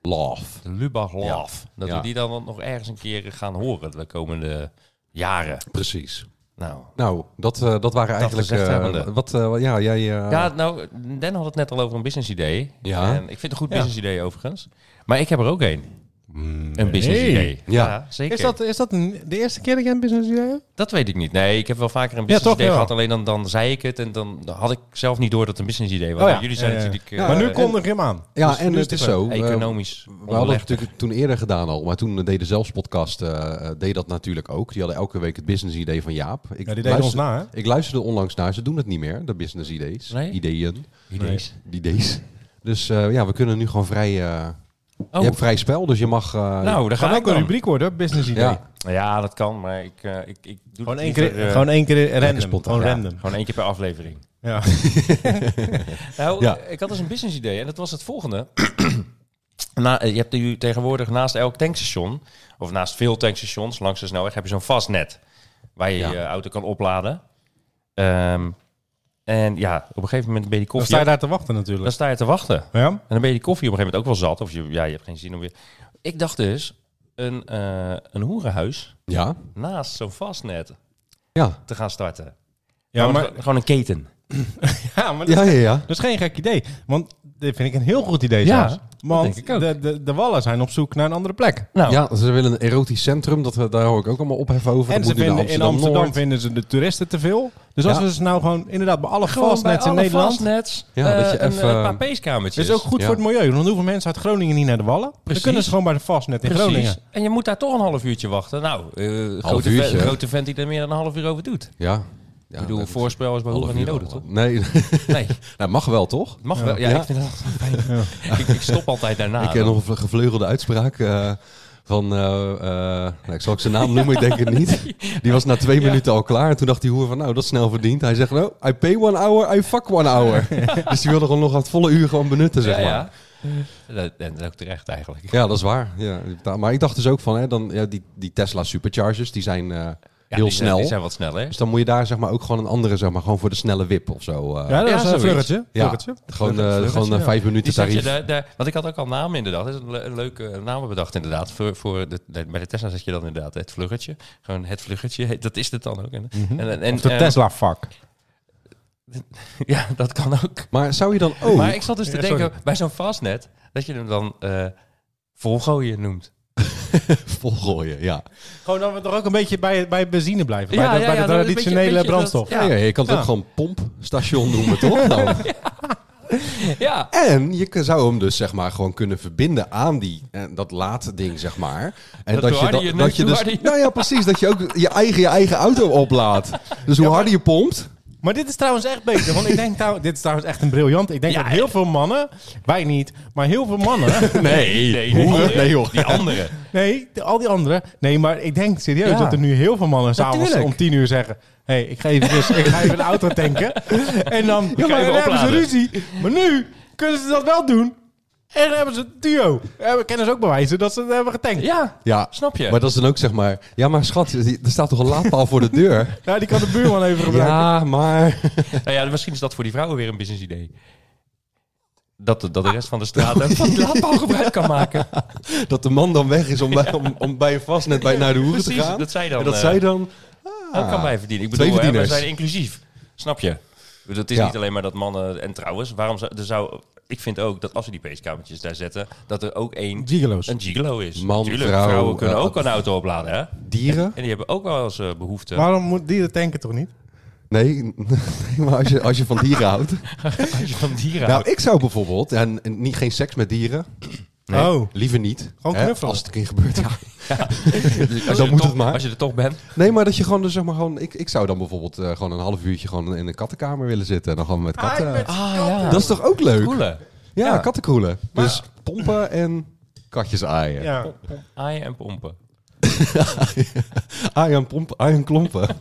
[SPEAKER 1] Love.
[SPEAKER 3] De Lubach Laugh. Dat
[SPEAKER 1] Ja.
[SPEAKER 3] we die dan nog ergens een keer gaan horen de komende jaren.
[SPEAKER 1] Precies.
[SPEAKER 3] Nou.
[SPEAKER 1] Nou, dat, eh, dat waren eigenlijk...
[SPEAKER 3] gezegd
[SPEAKER 1] eh,
[SPEAKER 3] hebbende.
[SPEAKER 1] wat, eh, ja, jij... eh,
[SPEAKER 3] Ja, nou, Den had het net al over een business idee.
[SPEAKER 1] Ja.
[SPEAKER 3] En ik vind het een goed
[SPEAKER 2] Ja.
[SPEAKER 3] business idee overigens. Maar ik heb er ook één. Een Mm. business idee.
[SPEAKER 1] Ja.
[SPEAKER 3] zeker.
[SPEAKER 2] Is dat, is dat een- de eerste keer dat jij een business idee hebt?
[SPEAKER 3] Dat weet ik niet. Nee, ik heb wel vaker een
[SPEAKER 2] Ja,
[SPEAKER 3] business
[SPEAKER 2] toch,
[SPEAKER 3] idee
[SPEAKER 2] ja.
[SPEAKER 3] gehad. Alleen dan, dan zei ik het en dan had ik zelf niet door dat het een business idee was.
[SPEAKER 2] Oh ja.
[SPEAKER 3] Maar Jullie zijn
[SPEAKER 2] Ja, ja, ja.
[SPEAKER 3] natuurlijk
[SPEAKER 1] Ja,
[SPEAKER 3] eh,
[SPEAKER 2] maar nu
[SPEAKER 1] eh,
[SPEAKER 2] kondig je hem aan.
[SPEAKER 1] Ja,
[SPEAKER 2] Dus
[SPEAKER 1] en
[SPEAKER 2] nu is
[SPEAKER 1] het is zo. eh,
[SPEAKER 3] economisch
[SPEAKER 1] We hadden het
[SPEAKER 3] onderlegd.
[SPEAKER 1] natuurlijk toen eerder gedaan al, maar toen deed de Zelfspodcast eh, eh, deed dat natuurlijk ook. Die hadden elke week het business idee van Jaap. Ik,
[SPEAKER 2] Ja, die deden
[SPEAKER 1] luister-
[SPEAKER 2] ons na, hè?
[SPEAKER 1] ik luisterde onlangs naar, ze doen het niet meer, de business idees.
[SPEAKER 3] Nee?
[SPEAKER 1] Ideeën.
[SPEAKER 3] Idees.
[SPEAKER 1] Idees. Dus eh, ja, we kunnen nu gewoon vrij... eh,
[SPEAKER 3] Oh.
[SPEAKER 1] Je hebt vrij spel, dus je mag... eh,
[SPEAKER 3] Nou, daar
[SPEAKER 2] Gaan
[SPEAKER 3] ga
[SPEAKER 2] ook
[SPEAKER 3] ik dan.
[SPEAKER 2] een rubriek worden, hoor, business idee.
[SPEAKER 1] ja,
[SPEAKER 3] Ja, dat kan, maar ik, eh, ik, ik doe
[SPEAKER 2] Gewoon
[SPEAKER 3] het
[SPEAKER 2] één
[SPEAKER 3] liever,
[SPEAKER 2] keer,
[SPEAKER 3] eh,
[SPEAKER 2] gewoon één keer random.
[SPEAKER 1] spontaan.
[SPEAKER 2] Gewoon
[SPEAKER 3] ja,
[SPEAKER 2] random.
[SPEAKER 3] Gewoon één keer per aflevering. *laughs*
[SPEAKER 2] Ja.
[SPEAKER 3] Nou,
[SPEAKER 1] Ja.
[SPEAKER 3] ik had dus een business idee en dat was het volgende. *clears throat* Na, eh, je hebt nu tegenwoordig naast elk tankstation, of naast veel tankstations langs de snelweg, heb je zo'n vast net waar je
[SPEAKER 1] Ja.
[SPEAKER 3] je auto kan opladen. Ehm, en ja, op een gegeven moment ben je die
[SPEAKER 2] Dan
[SPEAKER 3] koffie.
[SPEAKER 2] sta je daar te wachten
[SPEAKER 3] dan
[SPEAKER 2] natuurlijk.
[SPEAKER 3] sta je te wachten.
[SPEAKER 2] Ja?
[SPEAKER 3] En dan ben je die koffie op een gegeven moment ook wel zat. Of je, ja, je hebt geen zin om weer. Ik dacht dus een, eh, een hoerenhuis
[SPEAKER 1] ja,
[SPEAKER 3] naast zo'n vastnet
[SPEAKER 1] ja.
[SPEAKER 3] te gaan starten.
[SPEAKER 2] Ja,
[SPEAKER 3] Gewoon-
[SPEAKER 2] maar,
[SPEAKER 3] gewoon een keten.
[SPEAKER 2] ja, maar dat,
[SPEAKER 1] Ja, ja, ja.
[SPEAKER 2] dat is geen gek idee. Want dit vind ik een heel goed idee
[SPEAKER 3] Ja,
[SPEAKER 2] zelfs.
[SPEAKER 3] denk
[SPEAKER 2] Want
[SPEAKER 3] ik ook.
[SPEAKER 2] de, de, de wallen zijn op zoek naar een andere plek.
[SPEAKER 3] Nou,
[SPEAKER 1] Ja, ze willen een erotisch centrum, dat, we- daar hoor ik ook allemaal opheffen over.
[SPEAKER 2] en
[SPEAKER 1] Dat
[SPEAKER 2] ze
[SPEAKER 1] moet nu
[SPEAKER 2] vinden,
[SPEAKER 1] naar
[SPEAKER 2] in nou Amsterdam
[SPEAKER 1] Noord.
[SPEAKER 2] vinden ze de toeristen te veel. Dus als
[SPEAKER 1] Ja.
[SPEAKER 2] we ze nou gewoon inderdaad bij alle
[SPEAKER 3] Gewoon bij
[SPEAKER 2] vastnets in
[SPEAKER 3] alle
[SPEAKER 2] Nederland...
[SPEAKER 3] vastnets,
[SPEAKER 1] Ja,
[SPEAKER 3] eh,
[SPEAKER 1] dat je
[SPEAKER 3] een,
[SPEAKER 1] even-
[SPEAKER 3] een paar peeskamertjes.
[SPEAKER 2] is ook goed
[SPEAKER 1] Ja.
[SPEAKER 2] voor het milieu. Want dan hoeven mensen uit Groningen niet naar de wallen. Dan
[SPEAKER 3] Precies.
[SPEAKER 2] kunnen ze gewoon bij de vastnet in Groningen.
[SPEAKER 3] En je moet daar toch een half uurtje wachten. Nou, eh, grote,
[SPEAKER 1] uurtje,
[SPEAKER 3] vent,
[SPEAKER 1] hè?
[SPEAKER 3] grote vent die er meer dan een half uur over doet.
[SPEAKER 1] Ja.
[SPEAKER 3] ik bedoel, een voorspel is bij Hoera niet nodig, toch?
[SPEAKER 1] Nee, *laughs*
[SPEAKER 3] Nee,
[SPEAKER 1] nou, mag wel, toch?
[SPEAKER 3] het mag wel. Ja,
[SPEAKER 1] Ja.
[SPEAKER 3] ik vind dat fijn. *laughs* Ik, ik stop altijd daarna.
[SPEAKER 1] ik ken
[SPEAKER 3] Ah, Dan-
[SPEAKER 1] nog een gevleugelde uitspraak eh, van, eh, eh, nou, ik zal ik zijn naam noemen, ik denk het
[SPEAKER 3] *laughs*
[SPEAKER 1] niet. Die was na twee minuten al klaar. En toen dacht die hoer van, nou, dat is snel verdiend. Hij "Oh, *laughs* zegt, nou, I pay one hour, I fuck one hour. dus die wilde gewoon nog het volle uur gewoon benutten, zeg
[SPEAKER 3] Ja,
[SPEAKER 1] maar.
[SPEAKER 3] ja.
[SPEAKER 1] Ja.
[SPEAKER 3] Dat, en dat is ook terecht eigenlijk.
[SPEAKER 1] Ja, dat is waar. Ja, die betaal- maar ik dacht dus ook van, hè, dan, ja, die, die Tesla superchargers, die zijn eh,
[SPEAKER 3] Ja,
[SPEAKER 1] heel
[SPEAKER 3] die
[SPEAKER 1] snel.
[SPEAKER 3] Zijn, die zijn wat sneller.
[SPEAKER 1] dus dan moet je daar zeg maar ook gewoon een andere, zeg maar, gewoon voor de snelle wip of zo. eh,
[SPEAKER 2] Ja, dat
[SPEAKER 3] Ja,
[SPEAKER 2] is een
[SPEAKER 3] zoiets.
[SPEAKER 2] vleurtje. Vleurtje.
[SPEAKER 1] Gewoon, eh,
[SPEAKER 2] Vleurtje,
[SPEAKER 1] gewoon eh,
[SPEAKER 2] ja.
[SPEAKER 1] vijf minuten
[SPEAKER 3] Die zet je
[SPEAKER 1] tarief.
[SPEAKER 3] daar, daar- want ik had ook al namen inderdaad. Dat is een, le- een leuke naam bedacht inderdaad. Voor, voor de, de- bij de Tesla zet je dan inderdaad het vluggetje. Gewoon het vluggetje, heet- dat is het dan ook. En,
[SPEAKER 2] Mhm.
[SPEAKER 3] en, en,
[SPEAKER 2] Of de
[SPEAKER 3] en-
[SPEAKER 2] Tesla fuck.
[SPEAKER 3] *laughs* Ja, dat kan ook.
[SPEAKER 1] Maar zou je dan ook...
[SPEAKER 3] Maar ik zat dus te
[SPEAKER 2] Ja,
[SPEAKER 3] denken, bij zo'n Fastnet, dat je hem dan eh volgooien noemt.
[SPEAKER 1] volgooien, ja.
[SPEAKER 2] Gewoon dat we toch ook een beetje bij, bij benzine blijven.
[SPEAKER 3] Ja,
[SPEAKER 2] bij de,
[SPEAKER 3] ja,
[SPEAKER 2] bij de
[SPEAKER 3] ja, dat- een beetje-
[SPEAKER 2] traditionele
[SPEAKER 3] beetje dat-
[SPEAKER 2] brandstof.
[SPEAKER 1] Ja.
[SPEAKER 3] Ja.
[SPEAKER 1] Ja, je kan het
[SPEAKER 2] Ja.
[SPEAKER 1] ook gewoon pompstation noemen,
[SPEAKER 3] *laughs*
[SPEAKER 1] toch? Dan?
[SPEAKER 3] Ja,
[SPEAKER 1] En je kan- zou hem dus zeg maar gewoon kunnen verbinden aan die, eh, dat late ding, zeg maar. En dat,
[SPEAKER 3] Dat hoe
[SPEAKER 1] je,
[SPEAKER 3] harder
[SPEAKER 1] dan-
[SPEAKER 3] je
[SPEAKER 1] dat
[SPEAKER 3] neukt,
[SPEAKER 1] je
[SPEAKER 3] hoe
[SPEAKER 1] dus...
[SPEAKER 3] harder je-
[SPEAKER 1] Nou ja, precies. Dat je ook je eigen, je eigen auto oplaadt. Dus hoe harder je pompt...
[SPEAKER 2] Maar dit is trouwens echt beter. Want ik denk trouw- *laughs* dit is trouwens echt een briljant. Ik denk
[SPEAKER 3] Ja,
[SPEAKER 2] dat heel veel mannen, wij niet, maar heel veel *laughs* mannen,
[SPEAKER 1] Nee,
[SPEAKER 3] nee,
[SPEAKER 1] hoeren?
[SPEAKER 3] die andere.
[SPEAKER 1] nee joh.
[SPEAKER 3] die andere.
[SPEAKER 2] nee, de- al die anderen. Nee, maar ik denk serieus
[SPEAKER 3] Ja.
[SPEAKER 2] dat er nu heel veel mannen s'avonds
[SPEAKER 1] Natuurlijk.
[SPEAKER 2] om tien uur zeggen. Hé, hey, ik, ga even dus, ik ga even de auto
[SPEAKER 3] *laughs*
[SPEAKER 2] tanken. En dan, ja, maar
[SPEAKER 3] even
[SPEAKER 2] dan hebben ze
[SPEAKER 3] opladen.
[SPEAKER 2] ruzie. Maar nu kunnen ze dat wel doen. En dan hebben ze een duo. En we kunnen ze ook bewijzen dat ze het hebben getankt.
[SPEAKER 3] Ja,
[SPEAKER 1] Ja,
[SPEAKER 3] snap je?
[SPEAKER 1] maar dat is dan ook zeg maar... Ja, maar schat, die- er staat toch een laadpaal voor de
[SPEAKER 3] *laughs*
[SPEAKER 1] deur?
[SPEAKER 2] Nou, die kan de buurman even gebruiken.
[SPEAKER 1] Ja, maar...
[SPEAKER 3] Nou ja, misschien is dat voor die vrouwen weer een business idee. Dat de, dat de rest van de straat ook van die laadpaal gebruik kan maken.
[SPEAKER 1] Dat de man dan weg is om bij, om, om bij een vastnet bij, naar de hoeren te gaan.
[SPEAKER 3] dat zij dan.
[SPEAKER 1] en dat
[SPEAKER 3] eh,
[SPEAKER 1] zij dan...
[SPEAKER 3] ook kan wij verdienen. Ik
[SPEAKER 1] Twee
[SPEAKER 3] bedoel, hè, wij
[SPEAKER 1] verdieners.
[SPEAKER 3] zijn inclusief. Snap je? Het is
[SPEAKER 1] Ja.
[SPEAKER 3] niet alleen maar dat mannen... En trouwens, waarom zou... Er zou ik vind ook dat als we die pacekamertjes daar zetten... dat er ook één...
[SPEAKER 2] Gigolo's.
[SPEAKER 3] Een gigolo is.
[SPEAKER 1] Man,
[SPEAKER 3] Tuurlijk,
[SPEAKER 1] vrouw,
[SPEAKER 3] vrouwen kunnen
[SPEAKER 1] eh,
[SPEAKER 3] ook een auto opladen, hè?
[SPEAKER 1] Dieren?
[SPEAKER 3] En die hebben ook wel eens eh, behoefte. *laughs*
[SPEAKER 2] Waarom moet die dat tanken toch niet?
[SPEAKER 1] Nee, *laughs* nee, maar als je, als je van dieren houdt...
[SPEAKER 3] Als je van dieren
[SPEAKER 1] Nou, ik zou bijvoorbeeld, en en niet, geen seks met dieren,
[SPEAKER 2] Oh.
[SPEAKER 1] liever niet.
[SPEAKER 2] Gewoon
[SPEAKER 1] Hè,
[SPEAKER 2] knuffelen.
[SPEAKER 1] Als het een keer gebeurt, ja.
[SPEAKER 3] houdt. Als je
[SPEAKER 1] dan
[SPEAKER 3] er
[SPEAKER 1] moet
[SPEAKER 3] toch-
[SPEAKER 1] het maar.
[SPEAKER 3] Als je er toch bent.
[SPEAKER 1] *laughs* Nee, maar dat je gewoon, dus zeg maar gewoon, ik, ik zou dan bijvoorbeeld eh, gewoon een half uurtje gewoon in een kattenkamer willen zitten. En dan gewoon met katten.
[SPEAKER 3] Ah, ja.
[SPEAKER 1] dat is toch ook leuk?
[SPEAKER 3] Koele.
[SPEAKER 1] Ja,
[SPEAKER 3] Ja.
[SPEAKER 1] kattenkroelen. Dus pompen en katjes aaien.
[SPEAKER 2] Ja.
[SPEAKER 3] Aaien en pompen.
[SPEAKER 1] Aaien, en pompen, aaien en klompen.
[SPEAKER 3] *laughs*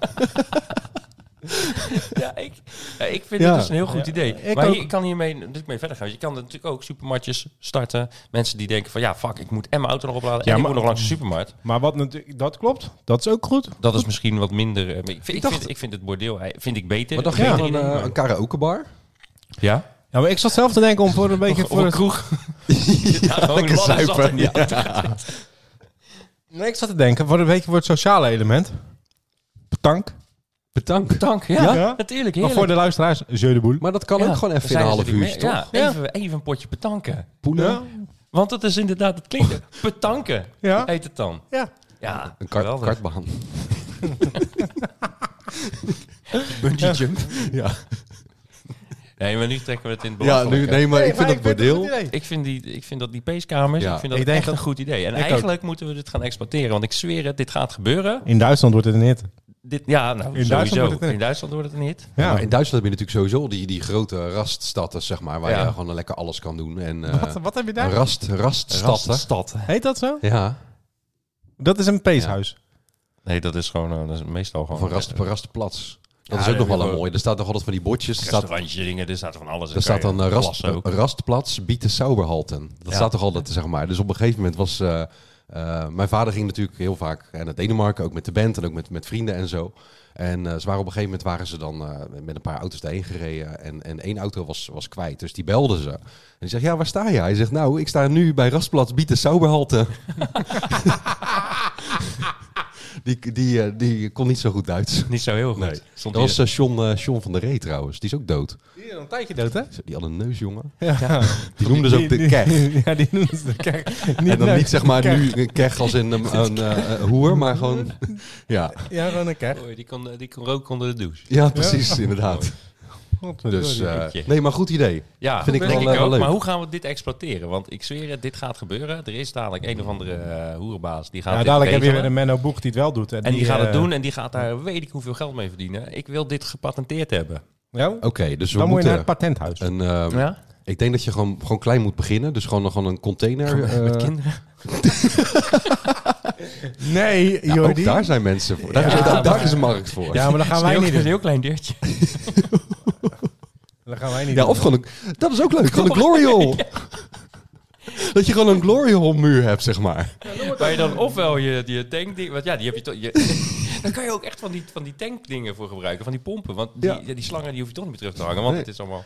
[SPEAKER 3] Ja, ik, ja, ik vind
[SPEAKER 1] Ja.
[SPEAKER 3] het dus een heel goed idee.
[SPEAKER 2] ik
[SPEAKER 3] maar
[SPEAKER 2] ook.
[SPEAKER 3] hier- ik kan hiermee dus mee verder gaan. Je kan er natuurlijk ook supermarktjes starten. Mensen die denken van, ja, fuck, ik moet en mijn auto nog opladen... en
[SPEAKER 2] Ja,
[SPEAKER 3] ik
[SPEAKER 2] maar-
[SPEAKER 3] moet nog langs de supermarkt.
[SPEAKER 2] Maar wat natuurlijk, dat klopt. Dat is ook goed.
[SPEAKER 3] Dat is misschien wat minder... eh, maar ik, vind, ik,
[SPEAKER 1] dacht-
[SPEAKER 3] vind, ik vind het bordeel eh, vind ik beter.
[SPEAKER 1] Maar dacht
[SPEAKER 3] Beter
[SPEAKER 1] je
[SPEAKER 3] idee,
[SPEAKER 1] van eh,
[SPEAKER 3] maar-
[SPEAKER 1] een *laughs* karaokebar?
[SPEAKER 3] ja?
[SPEAKER 2] Ja, maar ik zat zelf te denken om voor een beetje
[SPEAKER 3] Of, of
[SPEAKER 2] voor
[SPEAKER 3] een
[SPEAKER 2] het...
[SPEAKER 3] kroeg.
[SPEAKER 1] *laughs*
[SPEAKER 3] ja, *laughs* gewoon
[SPEAKER 1] Lekker
[SPEAKER 3] ladder zat
[SPEAKER 1] zuipen.
[SPEAKER 3] in die auto.
[SPEAKER 2] Nee, ik zat te denken voor een beetje voor het sociale element. Tank.
[SPEAKER 1] Bedankt.
[SPEAKER 3] Dank, ja.
[SPEAKER 2] Ja?
[SPEAKER 3] Natuurlijk,
[SPEAKER 2] Maar
[SPEAKER 3] heerlijk.
[SPEAKER 2] voor de luisteraars, je de boel.
[SPEAKER 1] Maar dat kan
[SPEAKER 3] Ja,
[SPEAKER 1] ook gewoon
[SPEAKER 3] er
[SPEAKER 1] even in
[SPEAKER 3] zijn
[SPEAKER 1] een half
[SPEAKER 3] natuurlijk
[SPEAKER 1] uurtje,
[SPEAKER 3] meer-
[SPEAKER 1] toch?
[SPEAKER 3] Ja,
[SPEAKER 2] Ja.
[SPEAKER 3] Even, even een potje petanken.
[SPEAKER 1] Poelen.
[SPEAKER 2] Ja.
[SPEAKER 3] Want dat is inderdaad, het klinkt...
[SPEAKER 1] *laughs*
[SPEAKER 3] petanken
[SPEAKER 2] Ja.
[SPEAKER 3] heet het dan.
[SPEAKER 2] Ja.
[SPEAKER 3] Ja,
[SPEAKER 1] Een kar-
[SPEAKER 3] geweldig.
[SPEAKER 1] kartbaan.
[SPEAKER 3] Bungee jump.
[SPEAKER 1] *laughs* Ja.
[SPEAKER 3] Nee, maar nu trekken we het in het
[SPEAKER 1] Ja, nu,
[SPEAKER 3] belachelijke.
[SPEAKER 1] nee, maar ik vind dat bordeel...
[SPEAKER 3] Ik vind, die, ik vind dat die peeskamers,
[SPEAKER 1] Ja.
[SPEAKER 3] ik vind dat
[SPEAKER 2] Ik denk
[SPEAKER 3] echt
[SPEAKER 2] dat-
[SPEAKER 3] een goed idee. En
[SPEAKER 2] Ik ook.
[SPEAKER 3] eigenlijk moeten we dit gaan exploiteren. Want ik zweer het, dit gaat gebeuren.
[SPEAKER 2] In Duitsland wordt het een hit.
[SPEAKER 3] Dit, ja, nou,
[SPEAKER 2] Duitsland
[SPEAKER 3] sowieso.
[SPEAKER 2] wordt het een-
[SPEAKER 3] in Duitsland wordt het niet.
[SPEAKER 1] Ja.
[SPEAKER 2] Ja.
[SPEAKER 1] Maar in Duitsland heb je natuurlijk sowieso die, die grote raststadten, zeg maar, waar
[SPEAKER 3] Ja.
[SPEAKER 1] je gewoon lekker alles kan doen. En, eh,
[SPEAKER 2] Wat, wat heb je daar?
[SPEAKER 1] rast, raststadten.
[SPEAKER 3] Raststad.
[SPEAKER 2] Heet dat zo?
[SPEAKER 1] Ja,
[SPEAKER 2] Dat is een peeshuis.
[SPEAKER 3] Nee, dat is gewoon eh, dat is meestal
[SPEAKER 1] of
[SPEAKER 3] gewoon...
[SPEAKER 1] een rast, een rastenplats. Dat
[SPEAKER 3] Ja,
[SPEAKER 1] is ook
[SPEAKER 3] daar
[SPEAKER 1] nog
[SPEAKER 3] heb
[SPEAKER 1] wel
[SPEAKER 3] je
[SPEAKER 1] een mooie. Er staat nog altijd van die bordjes. Er staat,
[SPEAKER 3] Restaurantje dingen, er staat van alles.
[SPEAKER 1] er staat dan eh, rast,
[SPEAKER 3] Plassen ook.
[SPEAKER 1] rastplaats bieten sauberhalten. Dat
[SPEAKER 3] Ja.
[SPEAKER 1] staat toch altijd, zeg maar. Dus op een gegeven moment was... eh, eh, mijn vader ging natuurlijk heel vaak eh, naar Denemarken, ook met de band en ook met, met vrienden en zo. En eh, ze waren op een gegeven moment waren ze dan eh, met een paar auto's daarheen gereden en, en één auto was, was kwijt. Dus die belden ze. En die zegt, ja, waar sta je? Hij zegt, nou, ik sta nu bij Rastplaats Bieten
[SPEAKER 3] *laughs*
[SPEAKER 1] Sauberhalte. *laughs* die, die, eh, die kon niet zo goed Duits.
[SPEAKER 3] Niet zo heel goed.
[SPEAKER 1] Nee.
[SPEAKER 3] Stond
[SPEAKER 1] Dat
[SPEAKER 3] hier-
[SPEAKER 1] was eh, John, eh, John van der Ree trouwens. Die is ook dood.
[SPEAKER 2] Die is al een tijdje dood, hè?
[SPEAKER 1] Die had een neus, jongen.
[SPEAKER 2] Ja.
[SPEAKER 1] Die noemden ze ook de keg.
[SPEAKER 2] Ja, die noemden ze de kerk.
[SPEAKER 1] En dan niet zeg maar nu een keg als in een, een eh, eh, hoer, maar
[SPEAKER 2] *laughs*
[SPEAKER 1] gewoon... Ja,
[SPEAKER 2] Ja, gewoon een kerk.
[SPEAKER 3] Oei, die, kon, eh, die kon roken onder de douche.
[SPEAKER 1] ja precies, inderdaad. Dus,
[SPEAKER 2] Dus,
[SPEAKER 1] eh,
[SPEAKER 3] Jeetje.
[SPEAKER 1] nee, maar goed idee.
[SPEAKER 3] Ja,
[SPEAKER 1] Vind ik
[SPEAKER 3] denk
[SPEAKER 1] wel, eh,
[SPEAKER 3] ik
[SPEAKER 1] wel
[SPEAKER 3] ook.
[SPEAKER 1] leuk.
[SPEAKER 3] Maar hoe gaan we dit exploiteren? Want ik zweer het, dit gaat gebeuren. Er is dadelijk een of andere eh, hoerenbaas. Die gaat
[SPEAKER 2] ja,
[SPEAKER 3] dit
[SPEAKER 2] dadelijk heb je weer
[SPEAKER 3] regelen.
[SPEAKER 2] een Menno Boeg die het wel doet.
[SPEAKER 3] En die, gaat het
[SPEAKER 2] eh,
[SPEAKER 3] doen en die gaat daar weet ik hoeveel geld mee verdienen. Ik wil dit gepatenteerd hebben.
[SPEAKER 2] Ja,
[SPEAKER 1] Oké, dus we
[SPEAKER 2] dan moet
[SPEAKER 1] moeten...
[SPEAKER 2] je naar het patenthuis.
[SPEAKER 1] een, ehm,
[SPEAKER 3] Ja?
[SPEAKER 1] Ik denk dat je gewoon, gewoon klein moet beginnen. Dus gewoon, gewoon een container.
[SPEAKER 3] Met
[SPEAKER 1] eh,
[SPEAKER 3] kinderen.
[SPEAKER 2] Nee,
[SPEAKER 1] ja, ook
[SPEAKER 2] Jordi.
[SPEAKER 1] daar zijn mensen voor. Daar, is, ook
[SPEAKER 2] Ja,
[SPEAKER 1] daar is een markt voor. Ja,
[SPEAKER 3] *laughs*
[SPEAKER 2] Ja, maar dan gaan wij
[SPEAKER 3] heel,
[SPEAKER 2] niet
[SPEAKER 3] een
[SPEAKER 2] doen.
[SPEAKER 3] heel klein deurtje.
[SPEAKER 1] *laughs*
[SPEAKER 2] Dan gaan wij niet
[SPEAKER 1] of
[SPEAKER 2] doen. *laughs*
[SPEAKER 1] gewoon een, Dat is ook leuk. Gewoon een glory hole. dat je gewoon een glory hole muur hebt, zeg maar.
[SPEAKER 3] Waar je dan ofwel je, je tankding... Want ja, die heb je toch...
[SPEAKER 1] *laughs*
[SPEAKER 3] je- dan kan je ook echt van die, van die tankdingen voor gebruiken. Van die pompen. Want die,
[SPEAKER 1] Ja.
[SPEAKER 3] ja, die slangen die hoef je toch niet meer terug te hangen. Want
[SPEAKER 1] Nee.
[SPEAKER 3] het is allemaal...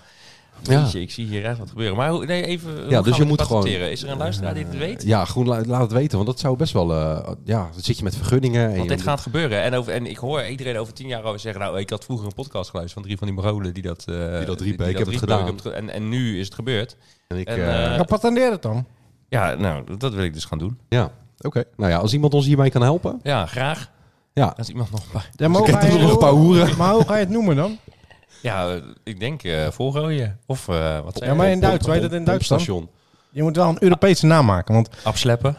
[SPEAKER 1] Ja.
[SPEAKER 3] Jeetje, ik zie hier echt wat gebeuren. Maar hoe, nee, even... hoe
[SPEAKER 1] dus
[SPEAKER 3] gaan we
[SPEAKER 1] je
[SPEAKER 3] dit
[SPEAKER 1] moet gewoon-
[SPEAKER 3] patenteren? Is er een luisteraar die dit weet?
[SPEAKER 1] Ja, groen, la- laat het weten, want dat zou best wel... eh, ja, dan zit je met vergunningen. En
[SPEAKER 3] Want
[SPEAKER 1] je
[SPEAKER 3] dit gaat gebeuren. En, over, en ik hoor iedereen over tien jaar over zeggen... Nou, ik had vroeger een podcast geluisterd van drie van die Mongolen... die dat... eh,
[SPEAKER 1] dat riepen, ik heb het
[SPEAKER 3] riepen,
[SPEAKER 1] gedaan.
[SPEAKER 3] ge- en, en nu is het gebeurd.
[SPEAKER 1] en ik,
[SPEAKER 3] en,
[SPEAKER 1] eh,
[SPEAKER 3] eh,
[SPEAKER 2] Ja, patenteer het dan.
[SPEAKER 3] Ja, nou, dat- dat wil ik dus gaan doen.
[SPEAKER 1] ja, oké. Nou ja, als iemand ons hiermee kan helpen.
[SPEAKER 3] Ja, graag.
[SPEAKER 1] Ja,
[SPEAKER 3] Als iemand nog... bij-
[SPEAKER 2] Ja, maar
[SPEAKER 1] Ik heb
[SPEAKER 2] hoe ga je
[SPEAKER 1] toch nog een
[SPEAKER 2] het
[SPEAKER 1] paar
[SPEAKER 2] noemen?
[SPEAKER 1] hoeren.
[SPEAKER 2] Maar hoe ga je het noemen dan?
[SPEAKER 3] Ja, eh, ik denk eh volrooien. Of eh, wat zijn
[SPEAKER 2] Ja, maar in Duits,
[SPEAKER 1] Pomp-
[SPEAKER 2] weet je dat in Duits dan?
[SPEAKER 1] pompstation.
[SPEAKER 2] Je moet wel een Europese naam maken. Want,
[SPEAKER 3] Absleppen.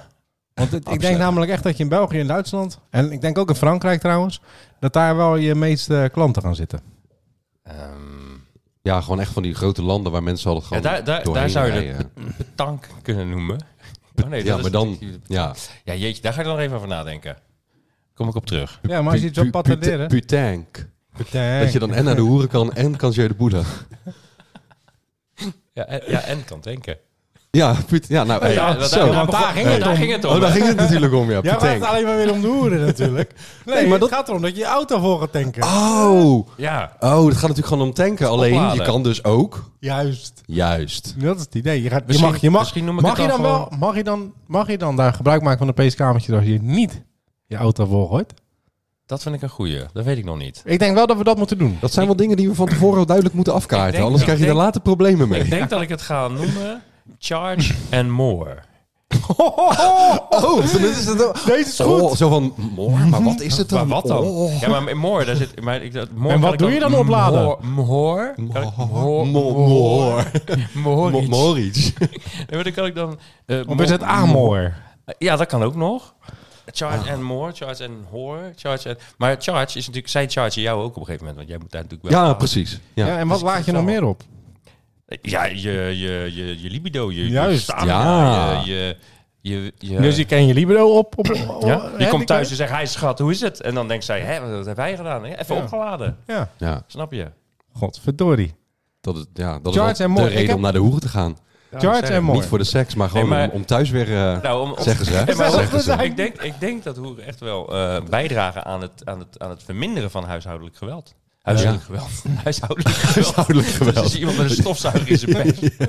[SPEAKER 2] want het- ik denk
[SPEAKER 1] Absoluut.
[SPEAKER 2] namelijk echt dat je in België en Duitsland, en ik denk ook in Frankrijk trouwens, dat daar wel je meeste klanten gaan zitten.
[SPEAKER 3] Ehm,
[SPEAKER 1] Ja, gewoon echt van die grote landen waar mensen hadden
[SPEAKER 3] ja,
[SPEAKER 1] gewoon
[SPEAKER 3] daar, daar,
[SPEAKER 1] doorheen
[SPEAKER 3] daar zou je
[SPEAKER 1] rijden.
[SPEAKER 3] het petank kunnen noemen. Oh, nee,
[SPEAKER 1] Ja,
[SPEAKER 3] dat
[SPEAKER 1] maar dan...
[SPEAKER 3] is-
[SPEAKER 1] Ja,
[SPEAKER 3] Ja, jeetje, daar ga ik dan nog even over nadenken. Kom ik op terug.
[SPEAKER 2] Ja, maar als je iets wil
[SPEAKER 1] Pu- pu-
[SPEAKER 2] patenteren...
[SPEAKER 1] Putank. Dat
[SPEAKER 2] Dat
[SPEAKER 1] je dan en naar de hoeren kan en kan je de boelen.
[SPEAKER 3] Ja, en, ja, en kan denken.
[SPEAKER 1] Ja, put, ja nou, hey,
[SPEAKER 3] Ja, want
[SPEAKER 1] zo.
[SPEAKER 3] daar- want daar ging
[SPEAKER 1] Hey.
[SPEAKER 3] het om. Daar ging het om,
[SPEAKER 1] Oh, daar
[SPEAKER 3] hè?
[SPEAKER 1] ging het natuurlijk om, ja.
[SPEAKER 2] Ja, maar het
[SPEAKER 1] Putank.
[SPEAKER 2] alleen maar weer om de hoeren natuurlijk. Nee,
[SPEAKER 1] maar
[SPEAKER 2] maar
[SPEAKER 1] dat-
[SPEAKER 2] het gaat erom dat je je auto voor gaat tanken.
[SPEAKER 1] Oh,
[SPEAKER 3] Ja,
[SPEAKER 1] oh, het gaat natuurlijk gewoon om tanken. Alleen, je
[SPEAKER 3] opladen.
[SPEAKER 1] kan dus ook...
[SPEAKER 2] Juist.
[SPEAKER 1] Juist.
[SPEAKER 2] Dat is het idee. Je, gaat, je
[SPEAKER 3] Misschien-
[SPEAKER 2] mag, je mag,
[SPEAKER 3] misschien noem ik
[SPEAKER 2] mag
[SPEAKER 3] het
[SPEAKER 2] je
[SPEAKER 3] dan
[SPEAKER 2] dan wel,
[SPEAKER 3] gewoon-
[SPEAKER 2] mag je dan, mag je dan daar gebruik maken van de psk als je niet je auto volgooit?
[SPEAKER 3] dat vind ik een goeie. Dat weet ik nog niet.
[SPEAKER 2] Ik denk wel dat we dat moeten doen.
[SPEAKER 1] Dat zijn wel dingen die we van tevoren duidelijk moeten afkaarten.
[SPEAKER 3] Ik denk-
[SPEAKER 1] anders
[SPEAKER 3] ik
[SPEAKER 1] krijg je daar
[SPEAKER 3] denk-
[SPEAKER 1] later problemen mee.
[SPEAKER 3] Ik denk dat ik het ga noemen Charge and More.
[SPEAKER 1] oh, tenminste is Mhm. het wel-
[SPEAKER 2] Deze is
[SPEAKER 1] Oh, *laughs* zo van, moor, maar wat is het dan?
[SPEAKER 3] Maar wat dan?
[SPEAKER 1] Oh.
[SPEAKER 3] Ja, maar More, daar zit... Maar ik, dat- more
[SPEAKER 2] En wat
[SPEAKER 3] kan ik
[SPEAKER 2] doe je dan opladen?
[SPEAKER 3] More- More? Kan ik-
[SPEAKER 1] Mo-
[SPEAKER 3] More?
[SPEAKER 1] Moor.
[SPEAKER 3] More
[SPEAKER 1] Mo-
[SPEAKER 3] iets.
[SPEAKER 1] Moritz.
[SPEAKER 3] Nee, maar dan kan ik dan... eh,
[SPEAKER 2] Of is het Amor?
[SPEAKER 3] Ja, dat kan ook nog. Charge
[SPEAKER 1] Ah.
[SPEAKER 3] and more, charge and whore, charge and... Maar charge is natuurlijk... Zij chargen jou ook op een gegeven moment, want jij moet daar natuurlijk wel...
[SPEAKER 1] Ja, precies. Ja.
[SPEAKER 2] Ja, en wat laat je nog meer op?
[SPEAKER 3] Ja, je, je, je, je libido, je, je
[SPEAKER 2] Juist,
[SPEAKER 3] stamina,
[SPEAKER 1] ja.
[SPEAKER 3] je... je, je, je-
[SPEAKER 2] Dus je ken je libero op. op, op-
[SPEAKER 3] Ja?
[SPEAKER 2] hè,
[SPEAKER 3] Die komt
[SPEAKER 2] kan-
[SPEAKER 3] thuis en zegt, hij schat, hoe is het? En dan denkt zij, hè, wat hebben wij gedaan? hè? Even
[SPEAKER 2] Ja.
[SPEAKER 3] opgeladen,
[SPEAKER 2] Ja,
[SPEAKER 1] Ja,
[SPEAKER 3] snap je?
[SPEAKER 2] godverdorie.
[SPEAKER 1] dat is, ja, dat
[SPEAKER 2] Charge
[SPEAKER 1] is wel
[SPEAKER 2] en
[SPEAKER 1] de
[SPEAKER 2] moor. Ik
[SPEAKER 1] reden
[SPEAKER 2] heb-
[SPEAKER 1] om naar de hoeren te gaan.
[SPEAKER 2] Charge en
[SPEAKER 1] Niet
[SPEAKER 2] mooi.
[SPEAKER 1] voor de seks, maar gewoon
[SPEAKER 3] Nee, maar-
[SPEAKER 1] om, om thuis weer... eh,
[SPEAKER 3] Nou, om, om-
[SPEAKER 1] *laughs* Zeggen ze, hè?
[SPEAKER 3] Nee, maar-
[SPEAKER 1] Zeggen
[SPEAKER 3] *laughs*
[SPEAKER 1] ze. *laughs*
[SPEAKER 3] Ik denk, ik denk dat hoeren echt wel eh, bijdragen aan het, aan, het, aan het verminderen van huishoudelijk geweld. Huishoudelijk geweld. *laughs* Huishoudelijk geweld.
[SPEAKER 1] Huishoudelijk
[SPEAKER 3] Dat
[SPEAKER 1] geweld.
[SPEAKER 3] is iemand met een stofzuiger
[SPEAKER 1] *laughs*
[SPEAKER 3] in zijn bek. *laughs*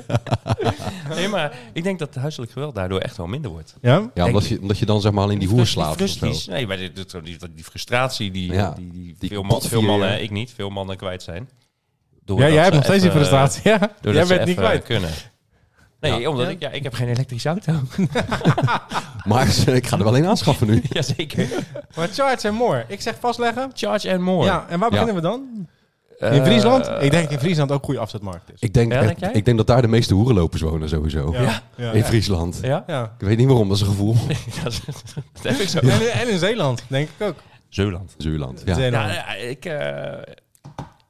[SPEAKER 3] Nee, maar ik denk dat huiselijk geweld daardoor echt wel minder wordt.
[SPEAKER 2] Ja?
[SPEAKER 1] Ja, omdat je, omdat je dan zeg maar al in die hoer slaapt. of zo.
[SPEAKER 3] frusties- Nee, maar die, die, die, die frustratie die,
[SPEAKER 1] Ja,
[SPEAKER 3] die, die,
[SPEAKER 1] die
[SPEAKER 3] veel, man-
[SPEAKER 1] kapot
[SPEAKER 3] veel
[SPEAKER 1] vieren,
[SPEAKER 3] mannen,
[SPEAKER 1] ja.
[SPEAKER 3] ik niet, veel mannen kwijt zijn.
[SPEAKER 2] ja,
[SPEAKER 3] Doordat
[SPEAKER 2] jij hebt
[SPEAKER 3] ze
[SPEAKER 2] nog steeds die
[SPEAKER 3] even- eh,
[SPEAKER 2] frustratie. Ja.
[SPEAKER 3] doordat
[SPEAKER 2] Jij
[SPEAKER 3] ze
[SPEAKER 2] bent niet
[SPEAKER 3] even
[SPEAKER 2] kwijt.
[SPEAKER 3] kunnen. Nee, omdat ik, ja, ik heb geen elektrische auto. *laughs*
[SPEAKER 1] Maar *laughs* ik ga er wel een aanschaffen nu.
[SPEAKER 3] Jazeker.
[SPEAKER 2] Maar charge en mooi. Ik zeg vastleggen.
[SPEAKER 3] Charge and more.
[SPEAKER 2] Ja, en waar
[SPEAKER 1] Ja.
[SPEAKER 2] beginnen we dan?
[SPEAKER 3] Eh,
[SPEAKER 2] In Friesland? ik denk in Friesland ook goede afzetmarkt is.
[SPEAKER 1] Ik denk,
[SPEAKER 3] Ja,
[SPEAKER 1] echt-
[SPEAKER 3] denk jij?
[SPEAKER 1] ik denk dat daar de meeste hoerenlopers wonen sowieso.
[SPEAKER 2] Ja. Ja.
[SPEAKER 1] In Friesland.
[SPEAKER 3] Ja? *laughs*
[SPEAKER 2] Ja.
[SPEAKER 1] Ik weet niet waarom, dat is een gevoel.
[SPEAKER 3] dat heb ik zo.
[SPEAKER 2] En, en in Zeeland, denk ik ook.
[SPEAKER 3] Zeeland.
[SPEAKER 1] *laughs* Zuurland. Ja,
[SPEAKER 2] Zeeland.
[SPEAKER 3] Ja, ja, ik, eh,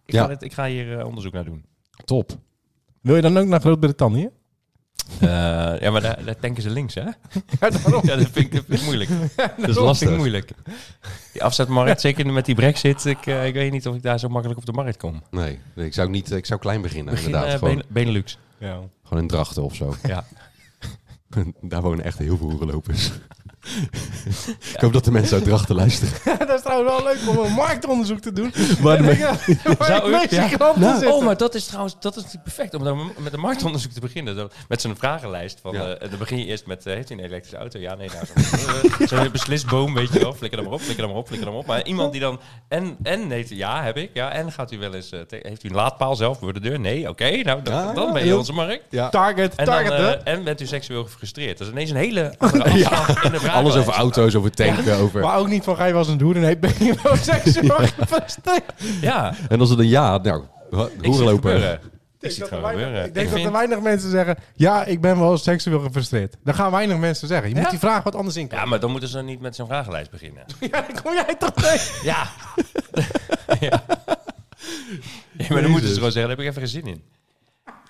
[SPEAKER 3] ik,
[SPEAKER 1] Ja.
[SPEAKER 3] Ga dit, ik ga hier eh, onderzoek naar doen.
[SPEAKER 1] top.
[SPEAKER 2] Wil je dan ook naar Groot-Brittannië?
[SPEAKER 3] Eh, ja, maar daar, daar tanken ze
[SPEAKER 1] *laughs*
[SPEAKER 3] links, hè?
[SPEAKER 2] Ja, daarom.
[SPEAKER 3] Ja, dat vind ik, dat vind ik moeilijk.
[SPEAKER 1] Dat is
[SPEAKER 3] Dat vind ik
[SPEAKER 1] lastig.
[SPEAKER 3] moeilijk. Die afzetmarkt, zeker met die brexit, ik, eh, ik weet niet of ik daar zo makkelijk op de markt kom.
[SPEAKER 1] Nee, nee, ik zou, niet, ik zou klein beginnen
[SPEAKER 3] Begin,
[SPEAKER 1] inderdaad.
[SPEAKER 3] eh,
[SPEAKER 1] gewoon,
[SPEAKER 3] Ben- Benelux.
[SPEAKER 2] Ja.
[SPEAKER 1] gewoon in Drachten of zo. *laughs*
[SPEAKER 3] Ja.
[SPEAKER 1] daar wonen echt heel veel hoerenlopers. *laughs* ik hoop dat de mensen uit Drachten luisteren.
[SPEAKER 2] *laughs*
[SPEAKER 1] *laughs*
[SPEAKER 2] dat is trouwens wel leuk om een marktonderzoek te
[SPEAKER 3] *laughs*
[SPEAKER 2] doen.
[SPEAKER 1] Maar de
[SPEAKER 2] Waar
[SPEAKER 1] me-
[SPEAKER 2] de
[SPEAKER 3] Zou u-
[SPEAKER 2] meeste
[SPEAKER 3] ja.
[SPEAKER 2] klanten zitten.
[SPEAKER 3] Oh, maar dat is trouwens dat is natuurlijk perfect om dan met een marktonderzoek te beginnen. Zo, Met zo'n vragenlijst. Van,
[SPEAKER 1] Ja.
[SPEAKER 3] eh, dan begin je eerst met, eh, heeft u een elektrische auto? Ja, nee, nou. zo'n- *laughs* eh, Zo'n beslisboom, weet je wel. Flikker hem maar op, flikker hem maar op, flikker hem op. Maar iemand die dan, en, en nee, ja, heb ik. Ja, en gaat u wel eens, eh, te- heeft u een laadpaal zelf voor de deur? Nee, oké, nou, dan,
[SPEAKER 1] Ja,
[SPEAKER 3] dan ben
[SPEAKER 1] heel-
[SPEAKER 3] je onze markt.
[SPEAKER 1] Ja.
[SPEAKER 2] Target,
[SPEAKER 3] En, dan,
[SPEAKER 2] target, hè?
[SPEAKER 3] eh, en bent u seksueel gefrustreerd. Dat is ineens een *laughs* hele andere afslag in de *laughs* vraag.
[SPEAKER 1] Alles over auto's, over tanken,
[SPEAKER 3] eh,
[SPEAKER 1] over...
[SPEAKER 2] Maar ook niet van, ga je wel eens een hoer? Nee, ben *laughs* je wel seksueel gefrustreerd?
[SPEAKER 3] Ja,
[SPEAKER 1] En als het een ja, nou,
[SPEAKER 3] ik zie het
[SPEAKER 1] hoerenloper.
[SPEAKER 3] gebeuren. Ik
[SPEAKER 2] Ik
[SPEAKER 3] zie het
[SPEAKER 2] denk dat
[SPEAKER 3] gewoon
[SPEAKER 2] er weinig-
[SPEAKER 3] gebeuren.
[SPEAKER 2] Ik denk dat
[SPEAKER 3] vind-
[SPEAKER 2] er weinig mensen zeggen... Ja, ik ben wel eens seksueel gefrustreerd. Dan gaan weinig mensen zeggen. Je moet
[SPEAKER 3] Ja?
[SPEAKER 2] die vraag wat anders
[SPEAKER 3] Ja,
[SPEAKER 2] inkomen.
[SPEAKER 3] maar dan moeten ze niet met zo'n vragenlijst beginnen.
[SPEAKER 2] *laughs* Ja, dan kom jij toch mee.
[SPEAKER 3] *laughs* Ja. *laughs* ja. Ja, maar dan moeten ze gewoon zeggen, daar heb ik even geen zin in.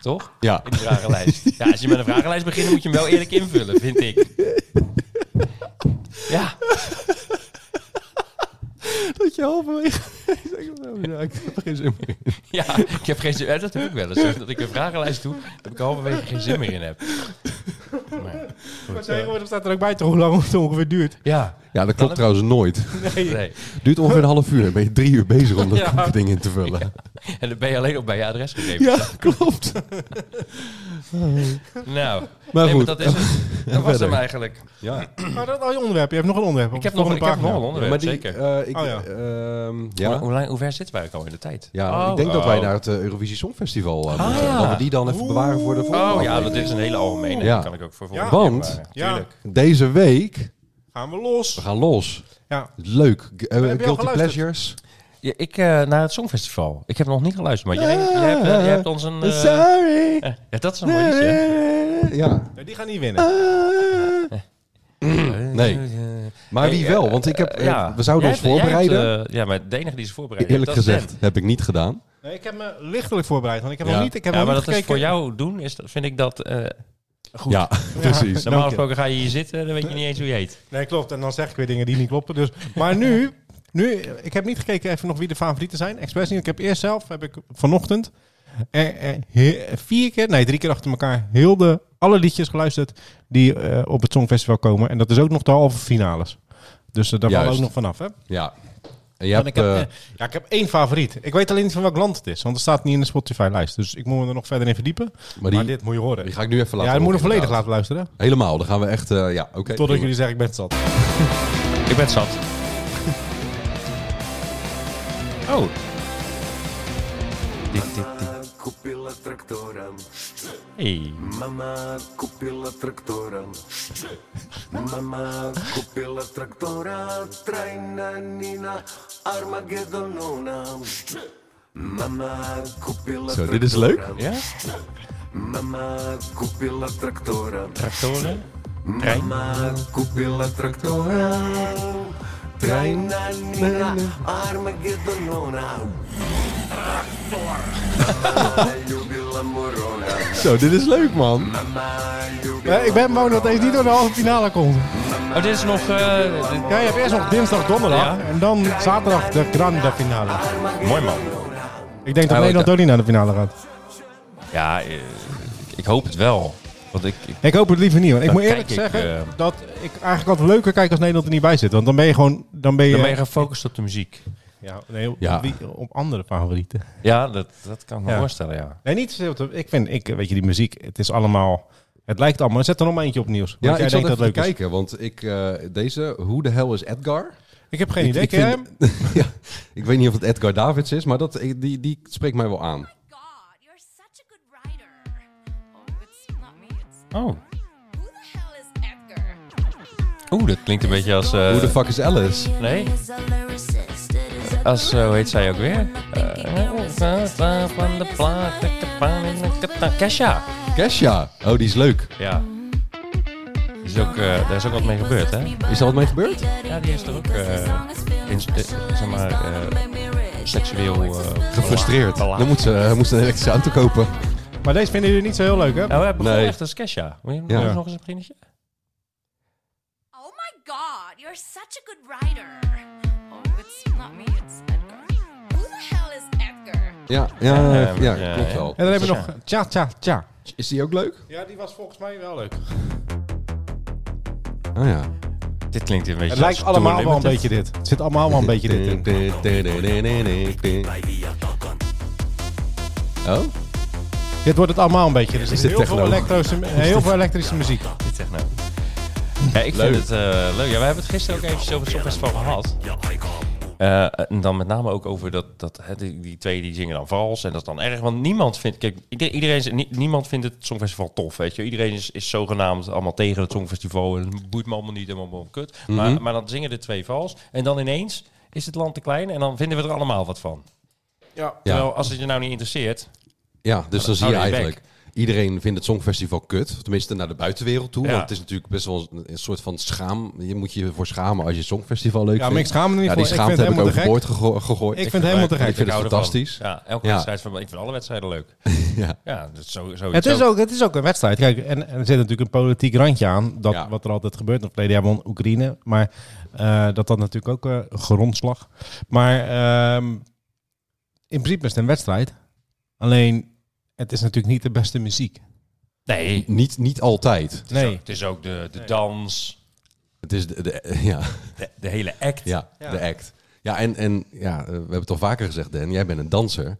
[SPEAKER 3] Toch?
[SPEAKER 1] Ja.
[SPEAKER 3] In die *laughs* vragenlijst. Ja, als je met een vragenlijst begint, moet je hem wel eerlijk invullen, vind ik. Ja.
[SPEAKER 1] Dat je halverwege... *laughs* ja, ik heb er geen zin meer in.
[SPEAKER 3] Ja, ik heb geen zin. ja, Dat heb ik wel eens. hè. Dat ik een vragenlijst doe, dat ik er halverwege geen zin meer in heb. eh.
[SPEAKER 2] Maar tegenwoordig staat er ook bij toch hoe lang het ongeveer duurt.
[SPEAKER 3] Ja.
[SPEAKER 1] Ja, dat klopt trouwens nooit.
[SPEAKER 2] Nee.
[SPEAKER 3] Nee.
[SPEAKER 1] Duurt ongeveer een half uur. Dan ben je drie uur bezig om dat
[SPEAKER 3] Ja.
[SPEAKER 1] *laughs* ding in te vullen.
[SPEAKER 3] En dan ben je alleen nog bij je adresgegevens.
[SPEAKER 1] Ja, klopt.
[SPEAKER 3] Nou,
[SPEAKER 1] *laughs* Maar
[SPEAKER 3] nee,
[SPEAKER 1] goed.
[SPEAKER 3] maar dat is
[SPEAKER 1] *laughs*
[SPEAKER 3] het. Dat was
[SPEAKER 1] verder.
[SPEAKER 3] hem eigenlijk.
[SPEAKER 1] Ja.
[SPEAKER 2] Maar dat al je onderwerp. Je hebt nog een onderwerp.
[SPEAKER 3] Ik heb nog, ik heb nog een onderwerp,
[SPEAKER 1] maar die,
[SPEAKER 3] zeker.
[SPEAKER 1] eh, ik,
[SPEAKER 2] Oh ja.
[SPEAKER 1] ehm,
[SPEAKER 3] Hoe,
[SPEAKER 1] ja.
[SPEAKER 3] hoe, lang- hoe ver zitten wij ook al in de tijd?
[SPEAKER 1] Ja,
[SPEAKER 3] Oh.
[SPEAKER 1] ik denk dat wij
[SPEAKER 3] Oh.
[SPEAKER 1] naar het eh, Eurovisie Songfestival eh,
[SPEAKER 3] Ah,
[SPEAKER 1] moeten.
[SPEAKER 3] ja.
[SPEAKER 1] Dat we die dan even bewaren voor de volgende
[SPEAKER 3] Oh ja,
[SPEAKER 1] aflevering.
[SPEAKER 3] dat is een hele algemene.
[SPEAKER 1] Ja.
[SPEAKER 3] Dat kan ik ook voor volgende
[SPEAKER 1] Ja.
[SPEAKER 3] keer
[SPEAKER 1] Want-
[SPEAKER 3] bewaren.
[SPEAKER 2] Ja.
[SPEAKER 3] Tuurlijk.
[SPEAKER 1] Deze week,
[SPEAKER 2] Gaan we
[SPEAKER 1] we
[SPEAKER 2] los.
[SPEAKER 1] gaan los.
[SPEAKER 2] Ja.
[SPEAKER 1] Leuk. G- eh,
[SPEAKER 2] je al
[SPEAKER 1] Guilty
[SPEAKER 2] geluisterd?
[SPEAKER 1] Pleasures.
[SPEAKER 3] Ja, ik eh, naar het Songfestival. Ik heb nog niet geluisterd, maar jij, jij hebt, eh, jij hebt ons een... eh,
[SPEAKER 1] Sorry.
[SPEAKER 3] eh, ja, dat is een mooi liedje. hè?
[SPEAKER 1] Ja.
[SPEAKER 2] Nee, die gaan niet winnen.
[SPEAKER 3] Eh.
[SPEAKER 1] Nee. Maar wie
[SPEAKER 3] Hey,
[SPEAKER 1] wel?
[SPEAKER 3] eh,
[SPEAKER 1] Want ik heb, eh,
[SPEAKER 3] ja.
[SPEAKER 1] we zouden
[SPEAKER 3] Jij
[SPEAKER 1] ons
[SPEAKER 3] hebt- jij hebt,
[SPEAKER 1] voorbereiden.
[SPEAKER 3] eh, ja, maar de enige die ze voorbereiden
[SPEAKER 1] Eerlijk
[SPEAKER 3] heeft, dat is
[SPEAKER 1] gezegd heb ik niet gedaan.
[SPEAKER 2] Nee, ik heb me lichtelijk voorbereid. Want ik heb
[SPEAKER 1] Ja.
[SPEAKER 2] nog niet, ik
[SPEAKER 3] Dan.
[SPEAKER 2] heb
[SPEAKER 3] Ja,
[SPEAKER 2] nog
[SPEAKER 3] maar
[SPEAKER 2] niet
[SPEAKER 3] dat is
[SPEAKER 2] gekeken.
[SPEAKER 3] voor jou doen, is, dat- vind ik dat... eh, goed. *laughs*
[SPEAKER 1] Ja, *laughs* precies.
[SPEAKER 3] Normaal
[SPEAKER 2] je.
[SPEAKER 3] gesproken ga je hier zitten, dan weet je niet eens hoe je heet.
[SPEAKER 2] Nee, klopt. En dan zeg ik weer dingen die niet kloppen. Dus. Maar nu, nu, ik heb niet gekeken even nog wie de favorieten zijn. Express niet. Ik heb eerst zelf, heb ik vanochtend, eh, eh, he- vier keer, nee drie keer achter elkaar, heel de, alle liedjes geluisterd die eh, op het Songfestival komen. En dat is ook nog de halve finales. Dus eh, daar vallen we
[SPEAKER 1] Juist.
[SPEAKER 2] ook nog vanaf, hè?
[SPEAKER 1] Ja. En je
[SPEAKER 2] Want
[SPEAKER 1] hebt,
[SPEAKER 2] ik, heb,
[SPEAKER 1] eh,
[SPEAKER 2] eh, ja, ik heb één favoriet. Ik weet alleen niet van welk land het is, want het staat niet in de Spotify-lijst. Dus ik moet me er nog verder in verdiepen.
[SPEAKER 1] maar
[SPEAKER 2] Maar
[SPEAKER 1] die,
[SPEAKER 2] dit moet je horen.
[SPEAKER 1] die ga ik nu even laten
[SPEAKER 2] ja, je moet
[SPEAKER 1] horen,
[SPEAKER 2] hem volledig
[SPEAKER 1] inderdaad. Eh,
[SPEAKER 2] laten luisteren.
[SPEAKER 1] Helemaal, dan gaan we echt... eh, ja, oké.
[SPEAKER 2] Totdat
[SPEAKER 1] prima.
[SPEAKER 2] jullie zeggen, ik ben het zat.
[SPEAKER 3] Ik ben zat. Oh.
[SPEAKER 6] Купила трактора,
[SPEAKER 3] Hey.
[SPEAKER 6] мама купила трактора. Мама купила трактора, трайна Нина, Армагеддонона. Мама купила
[SPEAKER 1] Zo, dit is leuk.
[SPEAKER 3] Ja?
[SPEAKER 6] Мама купила трактора.
[SPEAKER 3] Tractoren.
[SPEAKER 6] Мама купила трактора. Трайна Нина, Армагеддонона. Мама любила Мурона.
[SPEAKER 1] Zo, dit is leuk, man.
[SPEAKER 6] Mama
[SPEAKER 2] Ja, ik ben bang dat deze niet door de halve finale komt.
[SPEAKER 3] Oh, dit is nog... eh, dit-
[SPEAKER 2] Ja, je hebt eerst nog dinsdag, donderdag
[SPEAKER 3] Ja.
[SPEAKER 2] en dan zaterdag de grande finale.
[SPEAKER 3] Mooi man. Nou,
[SPEAKER 2] Ik denk dat
[SPEAKER 3] Ja,
[SPEAKER 2] Nederland
[SPEAKER 3] ik-
[SPEAKER 2] ook niet naar de finale gaat.
[SPEAKER 3] Ja, eh, ik hoop het wel. Want ik, ik-
[SPEAKER 2] Ik hoop het liever niet, want ik
[SPEAKER 3] Dan
[SPEAKER 2] moet eerlijk
[SPEAKER 3] kijk ik,
[SPEAKER 2] zeggen
[SPEAKER 3] eh,
[SPEAKER 2] dat ik eigenlijk altijd leuker kijk als Nederland er niet bij zit. Want dan ben je gewoon, dan ben je,
[SPEAKER 3] dan ben je gefocust op de muziek.
[SPEAKER 2] ja, nee, op,
[SPEAKER 1] Ja.
[SPEAKER 2] die- op andere favorieten.
[SPEAKER 3] Ja, dat, dat kan ik me
[SPEAKER 2] Ja.
[SPEAKER 3] voorstellen, ja.
[SPEAKER 2] Nee, niet zozeer op de- ik vind, ik, weet je, die muziek, het is allemaal, het lijkt allemaal, zet er nog maar eentje op nieuws.
[SPEAKER 1] Ja,
[SPEAKER 2] want
[SPEAKER 1] ik
[SPEAKER 2] jij
[SPEAKER 1] zat
[SPEAKER 2] denkt
[SPEAKER 1] even
[SPEAKER 2] dat
[SPEAKER 1] te
[SPEAKER 2] leuk is.
[SPEAKER 1] kijken, want ik, eh, deze, hoe de hel is Edgar?
[SPEAKER 2] Ik heb geen
[SPEAKER 1] Ik-
[SPEAKER 2] idee,
[SPEAKER 1] ik
[SPEAKER 2] ken jij
[SPEAKER 1] vind-
[SPEAKER 2] hem?
[SPEAKER 1] *laughs* ja, ik weet niet of het Edgar Davids is, maar dat, ik- die, die spreekt mij wel aan.
[SPEAKER 7] my god, you're such a good writer. Oh, it's not me, it's.
[SPEAKER 3] Oh.
[SPEAKER 7] Who the hell is Edgar?
[SPEAKER 3] Oeh, dat klinkt een beetje als... eh,
[SPEAKER 1] Hoe de fuck is Alice?
[SPEAKER 3] nee. Als, eh, hoe heet zij ook weer? Eh, Van de plaat. Eh, Kesha.
[SPEAKER 1] Kesha. Oh, die is leuk.
[SPEAKER 3] Ja. Die Is ook, eh, daar is ook wat mee gebeurd, hè?
[SPEAKER 1] Is daar wat mee gebeurd?
[SPEAKER 3] Ja, die is er ook eh, in, eh, zeg maar, eh, seksueel... eh,
[SPEAKER 1] Gefrustreerd.
[SPEAKER 3] belaagd.
[SPEAKER 1] Dan moet ze, hij moest een elektrische auto kopen.
[SPEAKER 2] Maar deze vinden jullie niet zo heel leuk, hè?
[SPEAKER 3] Nou, we hebben
[SPEAKER 1] Nee.
[SPEAKER 3] echt als Kesha. Moet je hem
[SPEAKER 1] Ja.
[SPEAKER 3] nog eens- nog eens een beginnetje?
[SPEAKER 7] Oh my god, you're such a good writer. Oh, it's not me, it's Edgar. Who the hell is Edgar?
[SPEAKER 1] Ja, ja, ja,
[SPEAKER 3] Ja, ja,
[SPEAKER 1] klopt
[SPEAKER 3] ja.
[SPEAKER 1] wel.
[SPEAKER 2] En dan hebben we
[SPEAKER 3] Ja.
[SPEAKER 2] nog Tja Tja Tja.
[SPEAKER 1] Is die ook leuk?
[SPEAKER 2] Ja, die was volgens mij wel leuk.
[SPEAKER 1] Oh ja.
[SPEAKER 3] Dit klinkt een beetje
[SPEAKER 2] Het lijkt
[SPEAKER 3] als
[SPEAKER 2] allemaal
[SPEAKER 3] Tour
[SPEAKER 2] wel een beetje
[SPEAKER 3] Limited.
[SPEAKER 2] dit. Het zit allemaal wel een beetje dit in.
[SPEAKER 1] *laughs* Oh?
[SPEAKER 2] Dit wordt het allemaal een beetje. Er zit
[SPEAKER 1] dit
[SPEAKER 2] heel, veel
[SPEAKER 1] techno?
[SPEAKER 2] elektrische, heel veel elektrische muziek.
[SPEAKER 3] Dit zegt nou. Ja, ik
[SPEAKER 1] Leuk.
[SPEAKER 3] vind het eh, leuk. Ja, we hebben het gisteren ook eventjes over het Songfestival gehad. Eh, en dan met name ook over dat, dat hè, die, die twee die zingen dan vals en dat is dan erg. Want niemand vindt, kijk, ieder- iedereen, is- nie- niemand vindt het Songfestival tof, weet je. Iedereen is, is zogenaamd allemaal tegen het Songfestival en het boeit me allemaal niet, helemaal allemaal kut.
[SPEAKER 1] Mhm.
[SPEAKER 3] maar, maar dan zingen de twee vals en dan ineens is het land te klein en dan vinden we er allemaal wat van. Ja. Terwijl als het je nou niet interesseert,
[SPEAKER 1] Ja,
[SPEAKER 2] Oh,
[SPEAKER 1] dus dan zie je
[SPEAKER 3] hou die
[SPEAKER 1] eigenlijk... Iedereen vindt het Songfestival kut. Tenminste, naar de buitenwereld toe.
[SPEAKER 3] Ja.
[SPEAKER 1] Want het is natuurlijk best wel een- een soort van schaam. Je moet je voor schamen als je het Songfestival leuk
[SPEAKER 2] Ja, maar ik
[SPEAKER 1] vindt.
[SPEAKER 2] schaam me er niet
[SPEAKER 1] Ja,
[SPEAKER 2] voor.
[SPEAKER 1] die
[SPEAKER 2] Ik vind
[SPEAKER 1] schaamte
[SPEAKER 2] het
[SPEAKER 1] heb ik
[SPEAKER 2] helemaal te gek.
[SPEAKER 1] overboord gego- gegooid.
[SPEAKER 2] Ik vind het helemaal te gek.
[SPEAKER 1] Ik vind het
[SPEAKER 3] Ik hou ervan.
[SPEAKER 1] fantastisch.
[SPEAKER 3] Ja, elke
[SPEAKER 1] Ja.
[SPEAKER 3] wedstrijd van, ik vind alle wedstrijden leuk.
[SPEAKER 1] *laughs* Ja.
[SPEAKER 3] Ja, dat is zo, zo
[SPEAKER 2] Het is, ook, het is ook een wedstrijd. Kijk, en, en er zit natuurlijk een politiek randje aan. Dat,
[SPEAKER 1] Ja.
[SPEAKER 2] Wat er altijd gebeurt. In het verleden jaar won Oekraïne. Maar eh, dat had natuurlijk ook eh, grondslag. Maar ehm, in principe is het een wedstrijd. Alleen, het is natuurlijk niet de beste muziek.
[SPEAKER 3] Nee,
[SPEAKER 1] Niet, niet altijd.
[SPEAKER 2] Nee.
[SPEAKER 3] het is ook de, de dans,
[SPEAKER 1] Het is de, de- *laughs* ja,
[SPEAKER 3] de, de hele act.
[SPEAKER 1] ja, de act. Ja, en, en ja, eh, we hebben het al vaker gezegd, Dan. Jij bent een danser.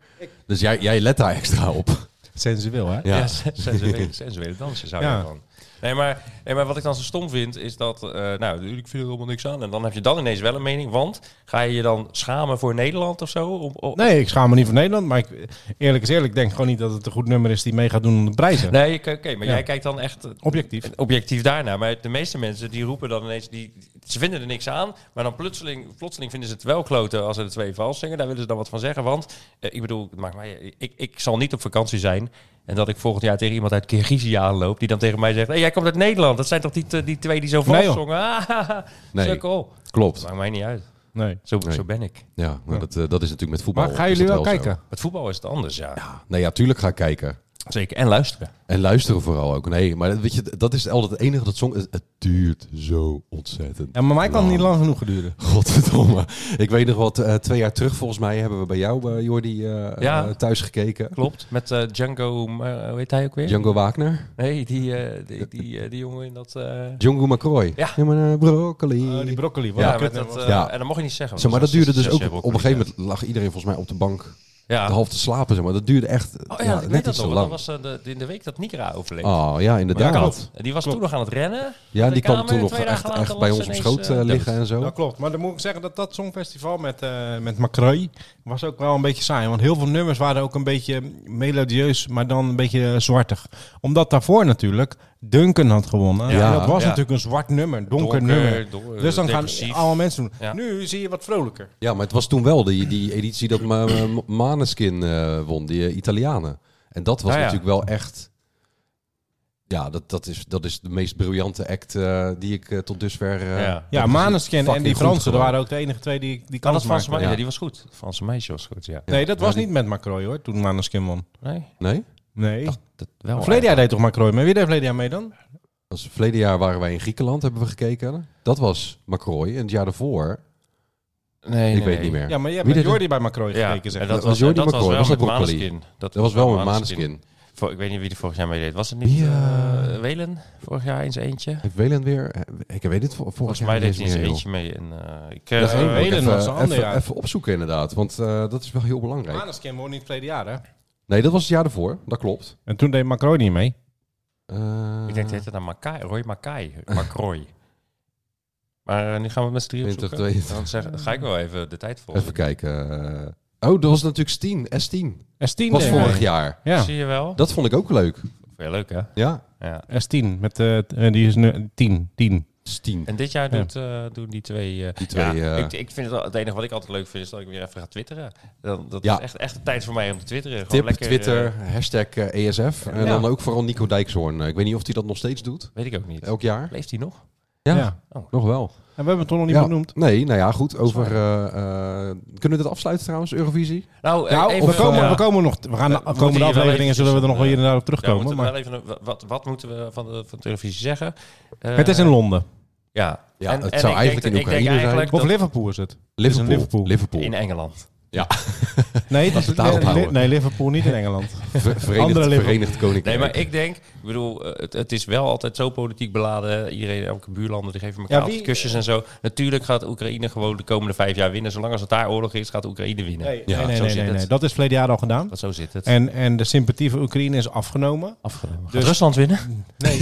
[SPEAKER 1] Dus jij, jij let daar extra op.
[SPEAKER 2] Sensueel, hè?
[SPEAKER 1] Ja.
[SPEAKER 3] Ja, sensuele, sensuele dansen zou je
[SPEAKER 2] Ja.
[SPEAKER 3] dan. Nee maar, nee, maar wat ik dan zo stom vind, is dat... eh, nou, ik vind er helemaal niks aan. En dan heb je dan ineens wel een mening. Want ga je je dan schamen voor Nederland of zo? Om, om-
[SPEAKER 2] Nee, ik schaam me niet voor Nederland. Maar ik, eerlijk is eerlijk, ik denk gewoon niet dat het een goed nummer is die mee gaat doen om de prijzen.
[SPEAKER 3] Nee, oké, oké, maar
[SPEAKER 2] Ja.
[SPEAKER 3] jij kijkt dan echt eh,
[SPEAKER 2] Objectief.
[SPEAKER 3] objectief daarna. Maar de meeste mensen die roepen dan ineens... Die, ze vinden er niks aan, maar dan plotseling, plotseling vinden ze het wel kloten als er de twee vals zingen. Daar willen ze dan wat van zeggen, want eh, ik bedoel, het maakt mij, ik, ik zal niet op vakantie zijn... En dat ik volgend jaar tegen iemand uit Kirgizië aanloop... die dan tegen mij zegt... Hey, jij komt uit Nederland. Dat zijn toch die, t- die twee die zo vals
[SPEAKER 2] Nee, joh.
[SPEAKER 3] zongen? Ah,
[SPEAKER 1] Nee.
[SPEAKER 3] sukkel.
[SPEAKER 1] Klopt.
[SPEAKER 3] Maakt mij niet uit.
[SPEAKER 2] Nee.
[SPEAKER 3] Zo,
[SPEAKER 1] Nee.
[SPEAKER 3] zo ben ik.
[SPEAKER 1] Ja, maar Dat, eh, dat is natuurlijk met voetbal.
[SPEAKER 2] Maar gaan
[SPEAKER 1] is
[SPEAKER 2] jullie
[SPEAKER 1] dat
[SPEAKER 2] wel
[SPEAKER 1] zo.
[SPEAKER 2] kijken?
[SPEAKER 3] Met voetbal is het anders, ja.
[SPEAKER 1] Nou ja, tuurlijk ga ik kijken.
[SPEAKER 3] Zeker. En luisteren.
[SPEAKER 1] En luisteren vooral ook. Nee, maar weet je, dat is altijd het enige dat zong. Het, het duurt zo ontzettend.
[SPEAKER 2] Ja, maar mij kan het niet lang genoeg duren.
[SPEAKER 1] Godverdomme. Ik weet nog wat, eh, twee jaar terug volgens mij hebben we bij jou, eh, Jordi, eh,
[SPEAKER 3] Ja.
[SPEAKER 1] eh, thuis gekeken.
[SPEAKER 3] Klopt. Met eh, Django... eh, hoe heet hij ook weer?
[SPEAKER 1] Django Wagner.
[SPEAKER 3] Nee, die, eh, die, die, eh, die jongen in dat... eh,
[SPEAKER 1] Django McCroy.
[SPEAKER 3] Ja.
[SPEAKER 1] maar eh, broccoli.
[SPEAKER 2] die broccoli.
[SPEAKER 3] ja,
[SPEAKER 1] dat
[SPEAKER 3] met dat, eh,
[SPEAKER 1] Ja.
[SPEAKER 3] En dat mocht je niet zeggen.
[SPEAKER 1] Zo, maar dat
[SPEAKER 3] is
[SPEAKER 1] duurde dus ook.
[SPEAKER 3] racistisch,
[SPEAKER 1] Op
[SPEAKER 3] eh,
[SPEAKER 1] een gegeven moment lag iedereen volgens mij op de bank
[SPEAKER 3] Ja.
[SPEAKER 1] de half te slapen. Zeg maar. Dat duurde echt
[SPEAKER 3] Oh ja,
[SPEAKER 1] ja,
[SPEAKER 3] ik weet
[SPEAKER 1] net
[SPEAKER 3] dat
[SPEAKER 1] iets
[SPEAKER 3] nog.
[SPEAKER 1] te
[SPEAKER 3] want Dat
[SPEAKER 1] lang.
[SPEAKER 3] was eh, de, in de week dat Nigra overleed.
[SPEAKER 1] Oh ja,
[SPEAKER 3] Dat
[SPEAKER 1] inderdaad.
[SPEAKER 3] klopt. En Die was toen nog aan het rennen.
[SPEAKER 1] Ja,
[SPEAKER 3] Naar
[SPEAKER 1] die
[SPEAKER 3] de
[SPEAKER 1] kwam
[SPEAKER 3] kamer,
[SPEAKER 1] toen nog
[SPEAKER 3] twee dagen
[SPEAKER 1] echt,
[SPEAKER 3] later
[SPEAKER 1] echt bij
[SPEAKER 3] was
[SPEAKER 1] ons op
[SPEAKER 3] ineens,
[SPEAKER 1] schoot
[SPEAKER 3] eh,
[SPEAKER 1] eh, liggen en zo.
[SPEAKER 2] Dat klopt. Maar dan moet ik zeggen dat dat songfestival met, eh met Macroy was ook wel een beetje saai. Want heel veel nummers waren ook een beetje melodieus, maar dan een beetje eh, zwartig. Omdat daarvoor natuurlijk Duncan had gewonnen.
[SPEAKER 1] Ja.
[SPEAKER 2] En dat was
[SPEAKER 3] Ja.
[SPEAKER 2] natuurlijk een zwart nummer, donker,
[SPEAKER 3] Donker,
[SPEAKER 2] nummer.
[SPEAKER 3] donker,
[SPEAKER 2] dus dan
[SPEAKER 3] depressief.
[SPEAKER 2] gaan alle mensen doen.
[SPEAKER 3] Ja.
[SPEAKER 2] Nu zie je wat vrolijker.
[SPEAKER 1] Ja, maar het was toen wel die, die editie dat Ma- Ma- Maneskin eh, won, die eh, Italianen. En dat was
[SPEAKER 3] Nou ja.
[SPEAKER 1] natuurlijk wel echt... Ja, dat, dat, is, dat is de meest briljante act eh, die ik eh, tot dusver... eh,
[SPEAKER 3] Ja.
[SPEAKER 1] heb
[SPEAKER 2] Ja,
[SPEAKER 1] gezien.
[SPEAKER 2] Maneskin en
[SPEAKER 1] Fucking
[SPEAKER 2] die
[SPEAKER 1] goed
[SPEAKER 2] Fransen, dat
[SPEAKER 1] gewoon.
[SPEAKER 2] waren ook de enige twee die
[SPEAKER 3] Kan
[SPEAKER 2] die
[SPEAKER 3] dat
[SPEAKER 2] kans
[SPEAKER 3] Franse
[SPEAKER 2] maakten.
[SPEAKER 3] meisje?
[SPEAKER 1] ja.
[SPEAKER 3] Die was goed. Franse meisje was goed, ja.
[SPEAKER 2] Nee, dat was
[SPEAKER 1] Ja, die-
[SPEAKER 2] niet met Macroy hoor, toen Maneskin won.
[SPEAKER 3] Nee,
[SPEAKER 1] Nee?
[SPEAKER 2] Nee.
[SPEAKER 3] dat wel.
[SPEAKER 2] Verleden jaar deed toch Macroy mee? Wie deed verleden jaar mee dan?
[SPEAKER 1] Als verleden jaar waren wij in Griekenland, hebben we gekeken. Dat was Macroy. En het jaar daarvoor,
[SPEAKER 3] eigenlijk. Nee,
[SPEAKER 1] ik
[SPEAKER 3] nee,
[SPEAKER 1] weet
[SPEAKER 3] nee.
[SPEAKER 1] niet meer.
[SPEAKER 2] Ja, maar je hebt
[SPEAKER 1] Wie
[SPEAKER 2] met
[SPEAKER 1] deed
[SPEAKER 2] Jordi bij Macroy
[SPEAKER 3] Ja,
[SPEAKER 2] gekeken, zeg
[SPEAKER 3] en
[SPEAKER 2] je.
[SPEAKER 3] dat
[SPEAKER 1] Dat
[SPEAKER 3] was,
[SPEAKER 1] was
[SPEAKER 3] en
[SPEAKER 1] Jordi
[SPEAKER 3] dat was
[SPEAKER 1] McCoy,
[SPEAKER 3] wel
[SPEAKER 1] was
[SPEAKER 3] met
[SPEAKER 1] dat broccoli?
[SPEAKER 3] Maneskin. Dat,
[SPEAKER 1] Dat was wel
[SPEAKER 3] met
[SPEAKER 1] een maanskin.
[SPEAKER 3] Voor, ik weet niet wie er vorig jaar mee deed. Was het niet
[SPEAKER 1] Wie,
[SPEAKER 3] eh,
[SPEAKER 1] eh,
[SPEAKER 3] Welen? Vorig jaar eens eentje?
[SPEAKER 1] Heeft Welen weer... eh, Ik weet het vol- volgens
[SPEAKER 3] Volgens mij
[SPEAKER 1] jaar
[SPEAKER 3] deed
[SPEAKER 1] niet
[SPEAKER 3] hij
[SPEAKER 1] eens
[SPEAKER 3] eens
[SPEAKER 1] meer, joh.
[SPEAKER 3] eentje mee. En, eh, ik, eh,
[SPEAKER 1] Ja, geen idee.
[SPEAKER 2] Welen was een
[SPEAKER 1] even,
[SPEAKER 2] ander
[SPEAKER 1] even,
[SPEAKER 2] jaar.
[SPEAKER 1] even opzoeken inderdaad, want eh, dat is wel heel belangrijk.
[SPEAKER 2] Maneskin won niet het verleden jaar, hè?
[SPEAKER 1] Nee, dat was het jaar daarvoor, dat klopt.
[SPEAKER 2] En toen deed Macron niet mee.
[SPEAKER 1] Eh,
[SPEAKER 3] Ik denk dat het naar Makai, Roy Makai, Macroy. *laughs* maar eh, nu gaan we het met z'n drieën
[SPEAKER 1] 20,
[SPEAKER 3] opzoeken.
[SPEAKER 1] 22.
[SPEAKER 3] Dan zeg, ga ik wel even de tijd volgen.
[SPEAKER 1] Even kijken. eh. oh, dat was natuurlijk Steen. S10.
[SPEAKER 2] S10
[SPEAKER 1] Was
[SPEAKER 3] eh.
[SPEAKER 2] deed
[SPEAKER 1] vorig
[SPEAKER 2] mee.
[SPEAKER 1] jaar.
[SPEAKER 2] Ja,
[SPEAKER 3] Zie je wel?
[SPEAKER 1] Dat vond ik ook leuk.
[SPEAKER 3] Veel leuk, hè?
[SPEAKER 1] Ja.
[SPEAKER 3] Ja.
[SPEAKER 2] S10. Met, eh, t- eh, die is nu 10. 10.
[SPEAKER 1] Steen.
[SPEAKER 3] En dit jaar
[SPEAKER 2] Ja.
[SPEAKER 3] doet, eh, doen die twee... eh,
[SPEAKER 1] Die twee,
[SPEAKER 3] ja,
[SPEAKER 1] eh,
[SPEAKER 3] ik, ik vind het, al- het enige wat ik altijd leuk vind, is dat ik weer even ga twitteren. Dat, dat
[SPEAKER 1] Ja.
[SPEAKER 3] is echt, echt de tijd voor mij om te twitteren. Gewoon
[SPEAKER 1] Tip,
[SPEAKER 3] lekker,
[SPEAKER 1] Twitter,
[SPEAKER 3] eh,
[SPEAKER 1] hashtag eh, ESF. En
[SPEAKER 3] Ja.
[SPEAKER 1] dan ook vooral Nico Dijkshoorn. Ik weet niet of hij dat nog steeds doet.
[SPEAKER 3] weet ik ook niet.
[SPEAKER 1] Elk jaar.
[SPEAKER 3] Leeft hij nog?
[SPEAKER 1] Ja.
[SPEAKER 3] Oh.
[SPEAKER 1] Nog wel.
[SPEAKER 2] En we hebben het toch nog niet
[SPEAKER 1] Ja.
[SPEAKER 2] benoemd.
[SPEAKER 1] Nee, nou ja, goed. Over, eh, eh, kunnen we dit afsluiten trouwens, Eurovisie?
[SPEAKER 3] Nou, eh,
[SPEAKER 2] Nou,
[SPEAKER 3] even-
[SPEAKER 2] we komen,
[SPEAKER 3] ja.
[SPEAKER 2] we komen nog... We gaan de
[SPEAKER 3] moeten
[SPEAKER 2] komende
[SPEAKER 3] hier wel
[SPEAKER 2] afleveringen zullen we er nog wel
[SPEAKER 3] eventjes, eh,
[SPEAKER 2] inderdaad op
[SPEAKER 3] Ja, we
[SPEAKER 2] terugkomen.
[SPEAKER 3] moeten
[SPEAKER 2] maar
[SPEAKER 3] wel even, wa- wat, wat moeten we van de, van de televisie zeggen? Eh,
[SPEAKER 2] het is in Londen.
[SPEAKER 3] Ja,
[SPEAKER 1] Ja,
[SPEAKER 3] En-
[SPEAKER 1] het
[SPEAKER 3] en
[SPEAKER 1] zou
[SPEAKER 3] ik
[SPEAKER 1] eigenlijk
[SPEAKER 3] denk
[SPEAKER 1] in
[SPEAKER 3] dat- ik denk
[SPEAKER 1] Oekraïne zijn.
[SPEAKER 3] eigenlijk
[SPEAKER 2] Of
[SPEAKER 3] dat-
[SPEAKER 2] Liverpool is het.
[SPEAKER 1] Liverpool.
[SPEAKER 2] Liverpool.
[SPEAKER 3] in Engeland.
[SPEAKER 2] Nee, het is-
[SPEAKER 1] het daarop
[SPEAKER 2] nee,
[SPEAKER 1] houden.
[SPEAKER 2] nee, Liverpool niet in Engeland.
[SPEAKER 3] *laughs*
[SPEAKER 1] Ver- Verenigd,
[SPEAKER 2] Andere Liverpool.
[SPEAKER 1] Verenigd Koninkrijk.
[SPEAKER 3] Nee, maar ik denk, ik bedoel, eh, het, het is wel altijd zo politiek beladen. Iedereen, elke buurlanden, die geven elkaar
[SPEAKER 2] Ja,
[SPEAKER 3] altijd
[SPEAKER 2] wie-
[SPEAKER 3] kusjes en zo. Natuurlijk gaat Oekraïne gewoon de komende vijf jaar winnen. Zolang als het daar oorlog is, gaat Oekraïne winnen.
[SPEAKER 2] Nee,
[SPEAKER 1] Ja,
[SPEAKER 2] nee, nee,
[SPEAKER 3] zo
[SPEAKER 2] nee,
[SPEAKER 3] zit
[SPEAKER 2] nee,
[SPEAKER 3] het.
[SPEAKER 2] nee. Dat is verleden jaar al gedaan.
[SPEAKER 3] Want zo zit het.
[SPEAKER 2] En, en de sympathie voor Oekraïne is afgenomen.
[SPEAKER 3] Afgenomen. Gaat
[SPEAKER 2] dus-
[SPEAKER 3] Rusland winnen?
[SPEAKER 2] Nee,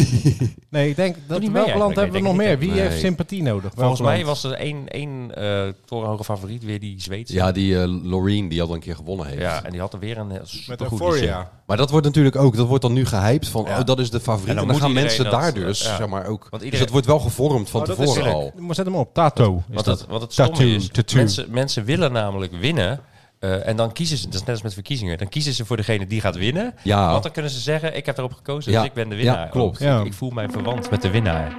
[SPEAKER 2] ik denk...
[SPEAKER 3] niet
[SPEAKER 2] Dat,
[SPEAKER 3] mee
[SPEAKER 2] welk land
[SPEAKER 3] eigenlijk,
[SPEAKER 2] hebben we nog
[SPEAKER 3] nee,
[SPEAKER 2] meer?
[SPEAKER 3] denk ik
[SPEAKER 2] Wie
[SPEAKER 1] niet.
[SPEAKER 2] heeft
[SPEAKER 1] Nee.
[SPEAKER 2] sympathie nodig?
[SPEAKER 3] Volgens
[SPEAKER 2] Welk
[SPEAKER 3] mij
[SPEAKER 2] land?
[SPEAKER 3] was er één, één eh torenhoge favoriet, weer die Zweedse.
[SPEAKER 1] Ja, die eh, Loreen die al een keer gewonnen heeft.
[SPEAKER 3] Ja, en die had er weer een eh,
[SPEAKER 2] Met
[SPEAKER 3] supergoed liedje.
[SPEAKER 2] Euphoria.
[SPEAKER 1] Maar dat wordt natuurlijk ook, dat wordt dan nu gehyped van,
[SPEAKER 3] Ja.
[SPEAKER 1] oh, dat is de favoriet.
[SPEAKER 3] En
[SPEAKER 1] En
[SPEAKER 3] dan
[SPEAKER 1] dan,
[SPEAKER 3] moet
[SPEAKER 1] gaan
[SPEAKER 3] iedereen
[SPEAKER 1] mensen
[SPEAKER 3] dat,
[SPEAKER 1] daar dus,
[SPEAKER 3] ja.
[SPEAKER 1] zeg maar ook.
[SPEAKER 3] iedereen-
[SPEAKER 1] Dus dat wordt wel gevormd van
[SPEAKER 3] Oh, dat is
[SPEAKER 1] tevoren
[SPEAKER 3] leuk.
[SPEAKER 1] al.
[SPEAKER 2] Zet hem op. Tato. is
[SPEAKER 3] Want
[SPEAKER 2] dat.
[SPEAKER 3] het, want het stomme
[SPEAKER 2] Tattoo,
[SPEAKER 3] is,
[SPEAKER 2] tattoo.
[SPEAKER 3] Mensen, mensen willen namelijk winnen. eh, en dan kiezen ze, dat is net als met verkiezingen, dan kiezen ze voor degene die gaat winnen.
[SPEAKER 1] Ja.
[SPEAKER 3] Want dan kunnen ze zeggen, ik heb erop gekozen,
[SPEAKER 1] Ja.
[SPEAKER 3] dus ik ben de winnaar.
[SPEAKER 1] Ja, klopt.
[SPEAKER 3] Ook.
[SPEAKER 2] Ja.
[SPEAKER 3] Ik, ik voel mij verwant met de winnaar.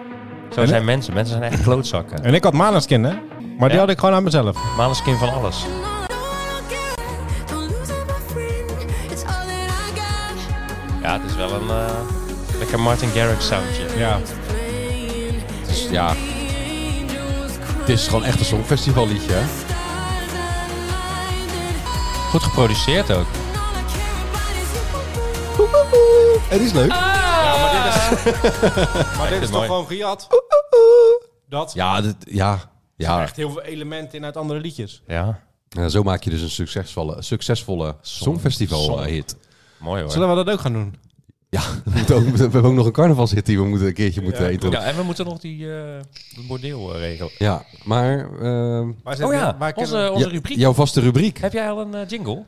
[SPEAKER 3] Zo
[SPEAKER 2] En-
[SPEAKER 3] zijn mensen. Mensen zijn echt klootzakken.
[SPEAKER 2] En ik had maneskin, hè? Maar die
[SPEAKER 3] Ja.
[SPEAKER 2] had ik gewoon aan mezelf.
[SPEAKER 3] Maneskin van alles. Ja, het is wel een eh, lekker Martin Garrix soundje.
[SPEAKER 2] Ja.
[SPEAKER 1] Dus ja, het is gewoon echt een songfestivalliedje. hè?
[SPEAKER 3] Goed geproduceerd ook.
[SPEAKER 1] Het is leuk.
[SPEAKER 3] Ja,
[SPEAKER 2] Maar dit is toch
[SPEAKER 3] mooi.
[SPEAKER 2] gewoon gejat? Dat.
[SPEAKER 1] Ja, dit- ja, ja.
[SPEAKER 2] Echt heel veel elementen in uit andere liedjes.
[SPEAKER 3] Ja,
[SPEAKER 1] Eh, zo maak je dus een succesvolle, succesvolle
[SPEAKER 3] Song.
[SPEAKER 1] songfestival-hit.
[SPEAKER 3] mooi hoor.
[SPEAKER 2] Zullen we dat ook gaan doen?
[SPEAKER 1] ja, *laughs* we, moeten ook, we hebben ook nog een carnavalshit die we moeten, een keertje moeten eten. Ja,
[SPEAKER 3] Ja, en we moeten nog die eh, het bordeel eh, regelen.
[SPEAKER 1] maar... ehm,
[SPEAKER 2] Waar
[SPEAKER 3] Oh ja,
[SPEAKER 2] waar kennen
[SPEAKER 3] onze,
[SPEAKER 2] we-
[SPEAKER 3] onze
[SPEAKER 1] ja,
[SPEAKER 3] rubriek.
[SPEAKER 1] Jouw vaste rubriek.
[SPEAKER 3] Heb jij al een eh, jingle?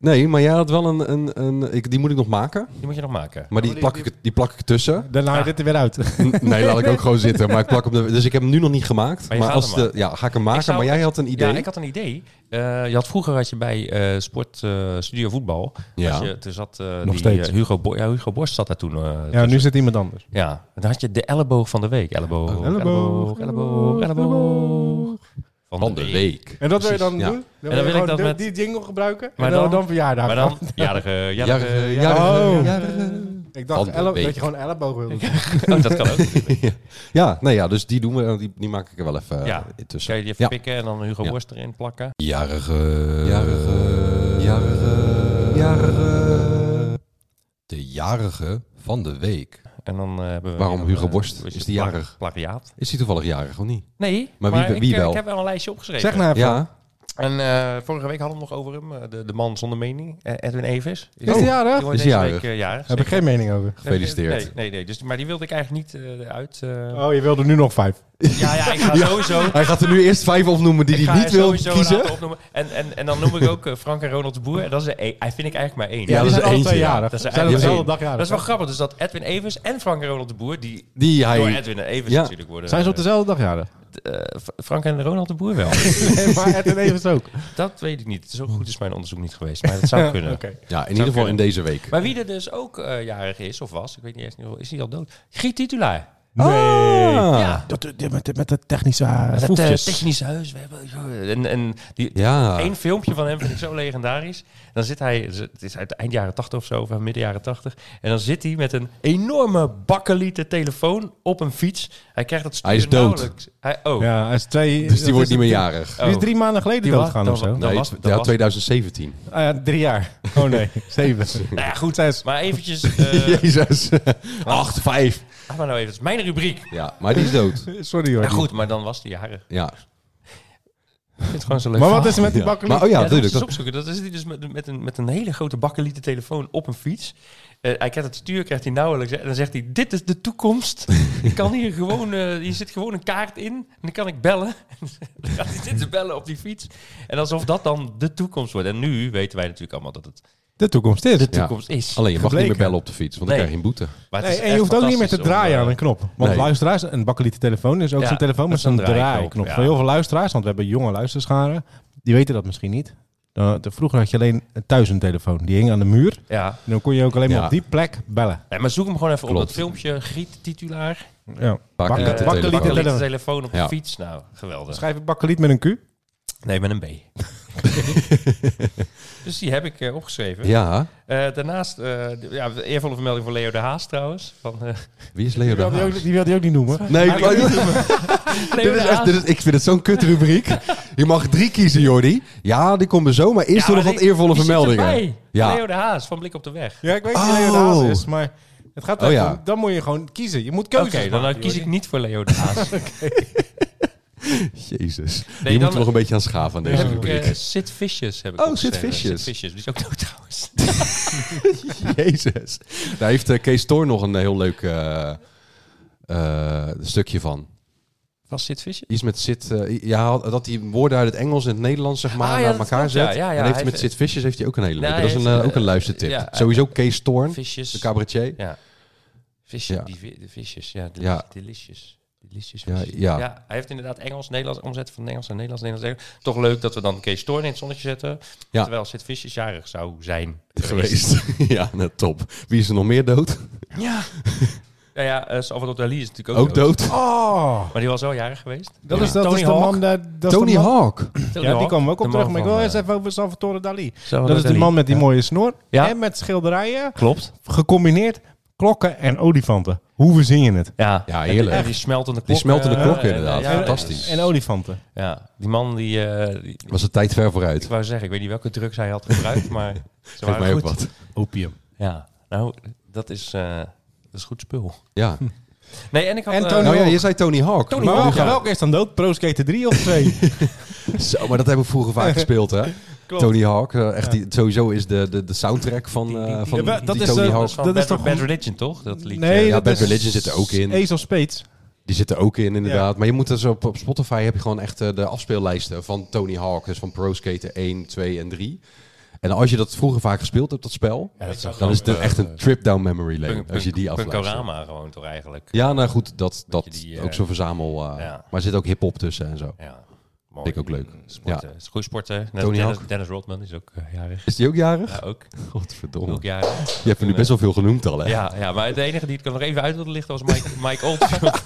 [SPEAKER 1] Nee, maar jij had wel een... een, een ik, die moet ik nog maken,
[SPEAKER 3] Oh, Die moet je nog maken.
[SPEAKER 1] maar die plak ik, er- die plak ik tussen.
[SPEAKER 2] Dan haal je dit er weer uit. *laughs*
[SPEAKER 1] Nee, laat ik ook gewoon zitten. Maar ik plak hem er- dus ik heb hem nu nog niet gemaakt.
[SPEAKER 3] Maar
[SPEAKER 1] Maar,
[SPEAKER 3] je gaat
[SPEAKER 1] als
[SPEAKER 3] hem
[SPEAKER 1] de, ja, ga ik hem maken.
[SPEAKER 3] zou-
[SPEAKER 1] maar jij had een idee.
[SPEAKER 3] Ja, ik had een idee. Eh, je had vroeger had je bij eh, Sport eh, Studio Voetbal.
[SPEAKER 1] Ja.
[SPEAKER 3] had je, er zat eh,
[SPEAKER 2] Nog
[SPEAKER 3] die,
[SPEAKER 2] steeds.
[SPEAKER 3] eh, Hugo, Bo- ja, Hugo Borst zat daar toen. eh,
[SPEAKER 2] Ja,
[SPEAKER 3] tussen.
[SPEAKER 2] nu zit iemand anders.
[SPEAKER 3] Ja, en dan had je de elleboog van de week. Elleboog,
[SPEAKER 2] Oh,
[SPEAKER 3] elleboog, elleboog, elleboog.
[SPEAKER 1] Van de week.
[SPEAKER 2] En dat wil je
[SPEAKER 1] Precies,
[SPEAKER 2] dan
[SPEAKER 1] ja.
[SPEAKER 2] doen? Dan
[SPEAKER 3] En dan
[SPEAKER 2] wil je
[SPEAKER 3] wil ik
[SPEAKER 2] gewoon
[SPEAKER 3] dat
[SPEAKER 2] de-
[SPEAKER 3] met-
[SPEAKER 2] die jingle gebruiken
[SPEAKER 3] Maar
[SPEAKER 2] en dan,
[SPEAKER 3] dan-
[SPEAKER 2] dan verjaardag.
[SPEAKER 3] Maar dan, jarige, jarige,
[SPEAKER 1] Jarige,
[SPEAKER 3] jarige.
[SPEAKER 1] jarige,
[SPEAKER 2] Oh.
[SPEAKER 1] jarige.
[SPEAKER 2] ik
[SPEAKER 1] Van
[SPEAKER 2] dacht
[SPEAKER 1] de
[SPEAKER 2] elle-
[SPEAKER 1] week.
[SPEAKER 2] dat je gewoon elleboog wilde.
[SPEAKER 3] *laughs* Oh, dat kan ook.
[SPEAKER 1] *laughs* Ja, nee, ja, dus die doen we. Die, die maak ik er wel even
[SPEAKER 3] Ja.
[SPEAKER 1] eh, tussen.
[SPEAKER 3] Kan je die even
[SPEAKER 1] Ja.
[SPEAKER 3] pikken en dan Hugo
[SPEAKER 1] Ja.
[SPEAKER 3] Borst erin plakken.
[SPEAKER 1] Jarige. Jarige. Jarige. Jarige. De jarige van de week.
[SPEAKER 3] En dan eh, hebben we
[SPEAKER 1] Waarom
[SPEAKER 3] weer,
[SPEAKER 1] Hugo
[SPEAKER 3] eh,
[SPEAKER 1] Borst?
[SPEAKER 3] een beetje
[SPEAKER 1] Is die
[SPEAKER 3] plak-
[SPEAKER 1] jarig?
[SPEAKER 3] Plagiaat.
[SPEAKER 1] Is die toevallig jarig of niet?
[SPEAKER 3] Nee,
[SPEAKER 1] Maar wie-
[SPEAKER 3] ik,
[SPEAKER 1] wie
[SPEAKER 3] eh,
[SPEAKER 1] wel?
[SPEAKER 3] Ik heb wel een lijstje opgeschreven.
[SPEAKER 2] Zeg nou even.
[SPEAKER 1] Ja.
[SPEAKER 3] En eh, vorige week hadden we het nog over hem, eh, de, de man zonder mening, eh, Edwin Evers.
[SPEAKER 2] Is die jarig?
[SPEAKER 3] wordt
[SPEAKER 1] Is die
[SPEAKER 3] deze
[SPEAKER 1] jarig?
[SPEAKER 3] Week, eh, jarig.
[SPEAKER 2] Heb ik geen mening over.
[SPEAKER 1] Gefeliciteerd.
[SPEAKER 3] Nee, nee, nee. Dus, maar die wilde ik eigenlijk niet eh, eruit. eh.
[SPEAKER 2] Oh, je wilde nu nog vijf.
[SPEAKER 3] Ja, ja, ik ga sowieso.
[SPEAKER 1] Hij gaat er nu eerst vijf opnoemen die
[SPEAKER 3] ik
[SPEAKER 1] hij
[SPEAKER 3] ga
[SPEAKER 1] niet wil
[SPEAKER 3] sowieso een aantal
[SPEAKER 1] kiezen.
[SPEAKER 3] opnoemen. En, en, en dan noem ik ook eh, Frank en Ronald de Boer. En dat is er één. Hij vind ik eigenlijk maar één.
[SPEAKER 1] Ja,
[SPEAKER 2] die
[SPEAKER 1] dat is
[SPEAKER 2] zijn alle
[SPEAKER 1] eentje,
[SPEAKER 2] twee
[SPEAKER 1] ja.
[SPEAKER 2] jarig.
[SPEAKER 3] Dat is
[SPEAKER 2] zijn op
[SPEAKER 3] eigenlijk
[SPEAKER 2] dezelfde
[SPEAKER 1] één.
[SPEAKER 2] dag jarig.
[SPEAKER 3] Dat is wel grappig. Dus dat Edwin Evers en Frank en Ronald de Boer, die
[SPEAKER 1] Die
[SPEAKER 3] door
[SPEAKER 1] hij.
[SPEAKER 3] Edwin en Evers
[SPEAKER 1] Ja.
[SPEAKER 3] natuurlijk worden.
[SPEAKER 2] Zijn ze op dezelfde dag jarig?
[SPEAKER 3] eh, F- Frank en Ronald de Boer wel.
[SPEAKER 2] *laughs* Nee, maar Ed en Evers ook.
[SPEAKER 3] dat weet ik niet. Zo goed is mijn onderzoek niet geweest. Maar dat zou kunnen.
[SPEAKER 2] Oké.
[SPEAKER 1] Ja, in ieder geval in deze week.
[SPEAKER 3] Maar wie er dus ook eh, jarig is, of was, ik weet niet eens, is hij al dood? Giet Titulaar.
[SPEAKER 2] Oh.
[SPEAKER 1] Ah.
[SPEAKER 3] Ja.
[SPEAKER 2] Dat, dat- met, met het technische eh,
[SPEAKER 3] Het
[SPEAKER 2] proefjes.
[SPEAKER 3] technisch huis. We hebben, eh, en en die,
[SPEAKER 1] Ja.
[SPEAKER 3] één filmpje van hem vind ik zo legendarisch. Dan zit hij, het is uit eind jaren 80 of zo, of midden jaren 80. En dan zit hij met een enorme bakkelieten telefoon op een fiets. Hij krijgt het stuur
[SPEAKER 1] Hij is dood.
[SPEAKER 3] nauwelijks. Hij, oh,
[SPEAKER 2] Ja, hij is twee...
[SPEAKER 1] Dus die
[SPEAKER 2] dat
[SPEAKER 1] wordt
[SPEAKER 2] is-
[SPEAKER 1] niet meer jarig.
[SPEAKER 3] oh.
[SPEAKER 2] Die is drie maanden geleden
[SPEAKER 3] Die
[SPEAKER 2] doodgaan
[SPEAKER 3] was-
[SPEAKER 2] of zo.
[SPEAKER 3] Dan
[SPEAKER 1] Nee,
[SPEAKER 3] was-
[SPEAKER 1] t-
[SPEAKER 3] dan
[SPEAKER 1] ja,
[SPEAKER 3] was-
[SPEAKER 1] 2017.
[SPEAKER 2] Ah ja, drie jaar. Oh nee, zeven.
[SPEAKER 3] Nou ja, goed.
[SPEAKER 2] Goed, zes.
[SPEAKER 3] Maar eventjes, *laughs*
[SPEAKER 1] *laughs*
[SPEAKER 3] eh
[SPEAKER 1] Jezus. Acht, vijf.
[SPEAKER 3] laat maar nou even, het is mijn rubriek.
[SPEAKER 1] Ja, maar die is dood.
[SPEAKER 2] Sorry hoor.
[SPEAKER 3] Ja, goed, maar dan was hij jarig.
[SPEAKER 1] Ja.
[SPEAKER 3] Ik vind het gewoon zo leuk.
[SPEAKER 2] Maar wat is er met die
[SPEAKER 1] Ja.
[SPEAKER 2] bakker?
[SPEAKER 1] Maar, oh ja,
[SPEAKER 3] Ja, dat
[SPEAKER 1] natuurlijk.
[SPEAKER 3] is
[SPEAKER 1] Dat,
[SPEAKER 3] opzoeken. Dat is hij dus met, met, een, met een hele grote bakkelieten telefoon op een fiets. Eh, hij krijgt het stuur, krijgt hij nauwelijks. En dan zegt hij, dit is de toekomst.
[SPEAKER 2] *laughs*
[SPEAKER 3] ik kan hier gewoon, eh, hier zit gewoon een kaart in. En dan kan ik bellen. *laughs* dan gaat hij zitten bellen op die fiets. En alsof dat dan de toekomst wordt. En nu weten wij natuurlijk allemaal dat het
[SPEAKER 2] De toekomst is.
[SPEAKER 3] de toekomst is.
[SPEAKER 1] Alleen je mag niet meer
[SPEAKER 2] Gebleken.
[SPEAKER 1] bellen op de fiets, want
[SPEAKER 3] Nee.
[SPEAKER 1] dan krijg je een boete.
[SPEAKER 3] Maar het
[SPEAKER 2] Nee,
[SPEAKER 3] is
[SPEAKER 2] en je
[SPEAKER 3] echt
[SPEAKER 2] hoeft ook niet meer te
[SPEAKER 3] fantastisch om,
[SPEAKER 2] draaien
[SPEAKER 3] eh,
[SPEAKER 2] aan een knop. Want
[SPEAKER 1] nee.
[SPEAKER 2] luisteraars, een bakkelieten telefoon is ook
[SPEAKER 3] Ja,
[SPEAKER 2] zo'n telefoon
[SPEAKER 3] dat
[SPEAKER 2] met
[SPEAKER 3] is een
[SPEAKER 2] zo'n
[SPEAKER 3] draaiknop,
[SPEAKER 2] draaiknop.
[SPEAKER 3] ja.
[SPEAKER 2] Voor heel veel luisteraars, want we hebben jonge luisterscharen, die weten dat misschien niet. Eh, de- vroeger had je alleen thuis een telefoon. Die hing aan de muur.
[SPEAKER 3] Ja.
[SPEAKER 2] En dan kon je ook alleen maar
[SPEAKER 1] Ja.
[SPEAKER 2] op die plek bellen.
[SPEAKER 3] Nee, maar zoek hem gewoon even op
[SPEAKER 1] Klopt.
[SPEAKER 3] dat filmpje. Griet titulaar.
[SPEAKER 2] Ja.
[SPEAKER 1] Bakkelieten
[SPEAKER 3] Eh,
[SPEAKER 1] telefoon.
[SPEAKER 2] bakkelieten
[SPEAKER 3] bakkelieten
[SPEAKER 2] telefoon.
[SPEAKER 3] telefoon op
[SPEAKER 1] Ja.
[SPEAKER 3] een fiets. Nou, geweldig.
[SPEAKER 2] Schrijf je bakkeliet met een Q.
[SPEAKER 3] Nee, met een B. *laughs* dus die heb ik eh, opgeschreven.
[SPEAKER 1] Ja,
[SPEAKER 3] Eh, daarnaast, eh, d- ja, eervolle vermelding voor Leo de Haas trouwens. Van, eh,
[SPEAKER 1] wie is Leo
[SPEAKER 2] Die
[SPEAKER 1] de
[SPEAKER 2] wilde je
[SPEAKER 1] Haas?
[SPEAKER 2] ook, die wilde je ook niet noemen.
[SPEAKER 1] Nee, ik
[SPEAKER 2] Maar
[SPEAKER 1] wou- *laughs*
[SPEAKER 2] ik-
[SPEAKER 1] dit is echt, dit is, ik vind het zo'n kut rubriek. Je mag drie kiezen, Jordi. Ja, die komen zo, maar eerst
[SPEAKER 3] Ja,
[SPEAKER 1] nog
[SPEAKER 3] maar
[SPEAKER 1] wat
[SPEAKER 3] die-
[SPEAKER 1] eervolle
[SPEAKER 3] die zit
[SPEAKER 1] vermeldingen.
[SPEAKER 3] erbij.
[SPEAKER 1] Ja,
[SPEAKER 3] Leo de Haas, van Blik op de Weg.
[SPEAKER 2] Ja, ik weet niet wie Leo de Haas is, maar het gaat
[SPEAKER 1] Oh
[SPEAKER 2] echt
[SPEAKER 1] ja.
[SPEAKER 2] om- dan moet je gewoon kiezen. Je moet
[SPEAKER 3] Oké,
[SPEAKER 2] keuzes
[SPEAKER 3] dan nou
[SPEAKER 2] maken,
[SPEAKER 3] kies
[SPEAKER 2] joh.
[SPEAKER 3] ik niet voor Leo *laughs* de Haas.
[SPEAKER 1] jezus. Die
[SPEAKER 3] dan-
[SPEAKER 1] moeten we nog een beetje aan schaven aan
[SPEAKER 3] Dan
[SPEAKER 1] deze
[SPEAKER 3] heb ik
[SPEAKER 1] rubriek. *laughs*
[SPEAKER 3] eh, Sid Vicious. Heb ik
[SPEAKER 1] Oh,
[SPEAKER 3] opgeschreven.
[SPEAKER 1] Sid Vicious.
[SPEAKER 3] Sid Vicious, die is ook dood trouwens.
[SPEAKER 1] Jezus. Daar heeft eh, Kees Toor nog een heel leuk eh, eh, stukje van.
[SPEAKER 3] Was Sid Vicious?
[SPEAKER 1] Iets met zit. eh, ja, dat hij woorden uit het Engels en het Nederlands zeg maar
[SPEAKER 3] Ah, ja,
[SPEAKER 1] naar
[SPEAKER 3] dat
[SPEAKER 1] elkaar
[SPEAKER 3] klopt, ja,
[SPEAKER 1] zet.
[SPEAKER 3] ja, ja.
[SPEAKER 1] en heeft
[SPEAKER 3] Hij
[SPEAKER 1] hij met
[SPEAKER 3] heeft-
[SPEAKER 1] Sid Vicious heeft hij ook een hele
[SPEAKER 3] Nee,
[SPEAKER 1] leuke. dat is
[SPEAKER 3] hij
[SPEAKER 1] een,
[SPEAKER 3] heeft,
[SPEAKER 1] eh, ook een
[SPEAKER 3] eh,
[SPEAKER 1] luistertip.
[SPEAKER 3] ja,
[SPEAKER 1] Sowieso Kees Toorn, de
[SPEAKER 3] Vicious.
[SPEAKER 1] cabaretier.
[SPEAKER 3] Ja. Vicious,
[SPEAKER 1] Ja.
[SPEAKER 3] die vi- de Vicious. Ja, deli-
[SPEAKER 1] Ja.
[SPEAKER 3] delicious. Delicious
[SPEAKER 1] Ja,
[SPEAKER 3] Vicious.
[SPEAKER 1] ja.
[SPEAKER 3] hij heeft inderdaad Engels, Nederlands omzet van Engels en Nederlands, Nederlands, Nederlands. Toch leuk dat we dan Kees Toorn in het zonnetje zetten.
[SPEAKER 1] Ja.
[SPEAKER 3] Terwijl Sid Vicious jarig zou zijn
[SPEAKER 1] *laughs* geweest. *laughs* ja, nou, top. Wie is er nog meer dood?
[SPEAKER 3] Ja. nou *laughs* ja, eh, Salvador Dali is natuurlijk ook,
[SPEAKER 1] Ook dood.
[SPEAKER 2] Oh,
[SPEAKER 3] Maar die was wel jarig geweest.
[SPEAKER 2] dat
[SPEAKER 1] Ja.
[SPEAKER 2] is, dat
[SPEAKER 3] Tony
[SPEAKER 2] is de
[SPEAKER 3] Hawk.
[SPEAKER 2] man... daar- dat is de
[SPEAKER 1] Tony
[SPEAKER 2] man-
[SPEAKER 1] Hawk.
[SPEAKER 2] Ja, die kwam ook op terug. Maar ik wil
[SPEAKER 3] wel
[SPEAKER 2] eerst even over Salvatore Dali. Dat is die man met die mooie snor
[SPEAKER 3] eh, Ja.
[SPEAKER 2] en met schilderijen.
[SPEAKER 3] Klopt.
[SPEAKER 2] Gecombineerd klokken en olifanten. Hoe verzin je het?
[SPEAKER 3] Ja,
[SPEAKER 1] Ja, heerlijk.
[SPEAKER 3] En die smeltende klok.
[SPEAKER 1] Die smeltende
[SPEAKER 3] eh,
[SPEAKER 1] klok
[SPEAKER 3] en, eh,
[SPEAKER 1] inderdaad.
[SPEAKER 3] ja,
[SPEAKER 1] Fantastisch.
[SPEAKER 2] En olifanten.
[SPEAKER 3] Ja, die man die, eh, die-
[SPEAKER 1] Was de tijd ver vooruit.
[SPEAKER 3] Ik wou zeggen, ik weet niet welke
[SPEAKER 1] *laughs*
[SPEAKER 3] drugs hij had gebruikt, maar ze
[SPEAKER 1] Geef
[SPEAKER 3] waren
[SPEAKER 1] mij ook
[SPEAKER 3] goed.
[SPEAKER 1] wat.
[SPEAKER 2] Opium.
[SPEAKER 3] Ja, nou, dat is... eh, Dat is goed spul.
[SPEAKER 1] Ja.
[SPEAKER 3] Nee, en ik had...
[SPEAKER 2] En
[SPEAKER 3] eh,
[SPEAKER 2] Tony
[SPEAKER 3] nou,
[SPEAKER 1] Nou ja,
[SPEAKER 2] Hawk.
[SPEAKER 1] je zei Tony Hawk.
[SPEAKER 2] Maar
[SPEAKER 1] Dus
[SPEAKER 2] welke,
[SPEAKER 1] ja.
[SPEAKER 2] welke is dan dood? Pro Skater 3 of *laughs* 2?
[SPEAKER 1] Zo, maar dat hebben we vroeger
[SPEAKER 3] *laughs*
[SPEAKER 1] vaak gespeeld, hè? Tony Hawk. eh, echt die, sowieso is de, de, de soundtrack van, eh, van
[SPEAKER 2] Ja, maar dat
[SPEAKER 1] die
[SPEAKER 2] is,
[SPEAKER 1] Tony
[SPEAKER 2] eh,
[SPEAKER 1] Hawk.
[SPEAKER 3] dat is, van
[SPEAKER 2] dat is
[SPEAKER 3] Bad-
[SPEAKER 2] toch
[SPEAKER 3] Bad
[SPEAKER 2] gewoon-
[SPEAKER 3] Religion, toch? Dat liedje.
[SPEAKER 1] ja, Bad Religion zit er ook in.
[SPEAKER 2] Ace of Spades.
[SPEAKER 1] Die zitten ook in, inderdaad. Maar je moet dus op, op Spotify heb je gewoon echt eh, de afspeellijsten van Tony Hawk. Dus van Pro Skater 1, 2 en 3. En als je dat vroeger vaak gespeeld hebt, dat spel, dan is het
[SPEAKER 3] gewoon,
[SPEAKER 1] echt
[SPEAKER 3] eh,
[SPEAKER 1] een trip down memory lane.
[SPEAKER 3] Punk-
[SPEAKER 1] als je die
[SPEAKER 3] Punk-
[SPEAKER 1] afluistert.
[SPEAKER 3] Punkorama gewoon toch eigenlijk.
[SPEAKER 1] Ja, nou goed, dat, dat
[SPEAKER 3] je die, eh,
[SPEAKER 1] ook zo'n verzamel. eh,
[SPEAKER 3] ja.
[SPEAKER 1] Maar er zit ook hip-hop tussen en zo.
[SPEAKER 3] Ja, mooi.
[SPEAKER 1] Vind ik ook leuk.
[SPEAKER 3] Sporten. Is goed sporten. Net
[SPEAKER 1] Tony
[SPEAKER 3] Dennis,
[SPEAKER 1] Hawk.
[SPEAKER 3] Dennis Rodman is ook eh, jarig.
[SPEAKER 1] Is die ook jarig?
[SPEAKER 3] Ja, ook.
[SPEAKER 1] Godverdomme.
[SPEAKER 3] Ook jarig.
[SPEAKER 1] Je hebt er nu best wel veel genoemd al, hè?
[SPEAKER 3] Ja, ja, maar het enige die ik er nog even uit wilde lichten was Mike,
[SPEAKER 1] *laughs*
[SPEAKER 3] Mike Oldfield.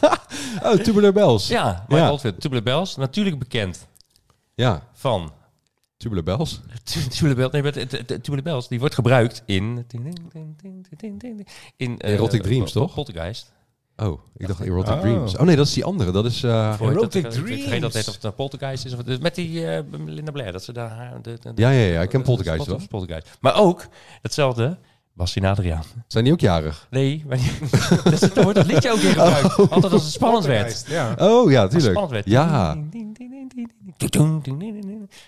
[SPEAKER 1] Oh, Tubular Bells.
[SPEAKER 3] ja, Mike
[SPEAKER 1] Ja.
[SPEAKER 3] Oldfield. Tubular Bells. Natuurlijk bekend
[SPEAKER 1] ja.
[SPEAKER 3] van...
[SPEAKER 1] Tubular Bells.
[SPEAKER 3] Tu- Tubular Bells. Nee, maar het- het- het- Tubular Bells. Die wordt gebruikt in... In eh,
[SPEAKER 1] Erotic Dreams, toch?
[SPEAKER 3] Poltergeist.
[SPEAKER 1] Oh, ik dacht Erotic
[SPEAKER 2] Oh.
[SPEAKER 1] Dreams. Oh nee, dat is die andere. Dat is... eh,
[SPEAKER 3] Hoe heet dat?
[SPEAKER 2] Erotic
[SPEAKER 3] Ik vergeet
[SPEAKER 2] Dreams.
[SPEAKER 3] dat het of het nou Poltergeist is. Of, het- met die eh, Linda Blair. Dat ze daar... haar- de- de- de-
[SPEAKER 1] Ja, ja, ja. Ik ken
[SPEAKER 3] de-
[SPEAKER 1] Poltergeist
[SPEAKER 3] Spot-
[SPEAKER 1] wel.
[SPEAKER 3] Poltergeist. Maar ook hetzelfde... Bastien Adriaan.
[SPEAKER 1] Zijn die ook jarig?
[SPEAKER 3] Nee, maar die, *laughs* dat is- daar wordt dat liedje ook in gebruikt. Altijd als het spannend werd.
[SPEAKER 2] Ja.
[SPEAKER 1] Oh ja, Oh.
[SPEAKER 3] Als het
[SPEAKER 1] tuurlijk.
[SPEAKER 3] spannend werd.
[SPEAKER 1] Ja.
[SPEAKER 3] Ja.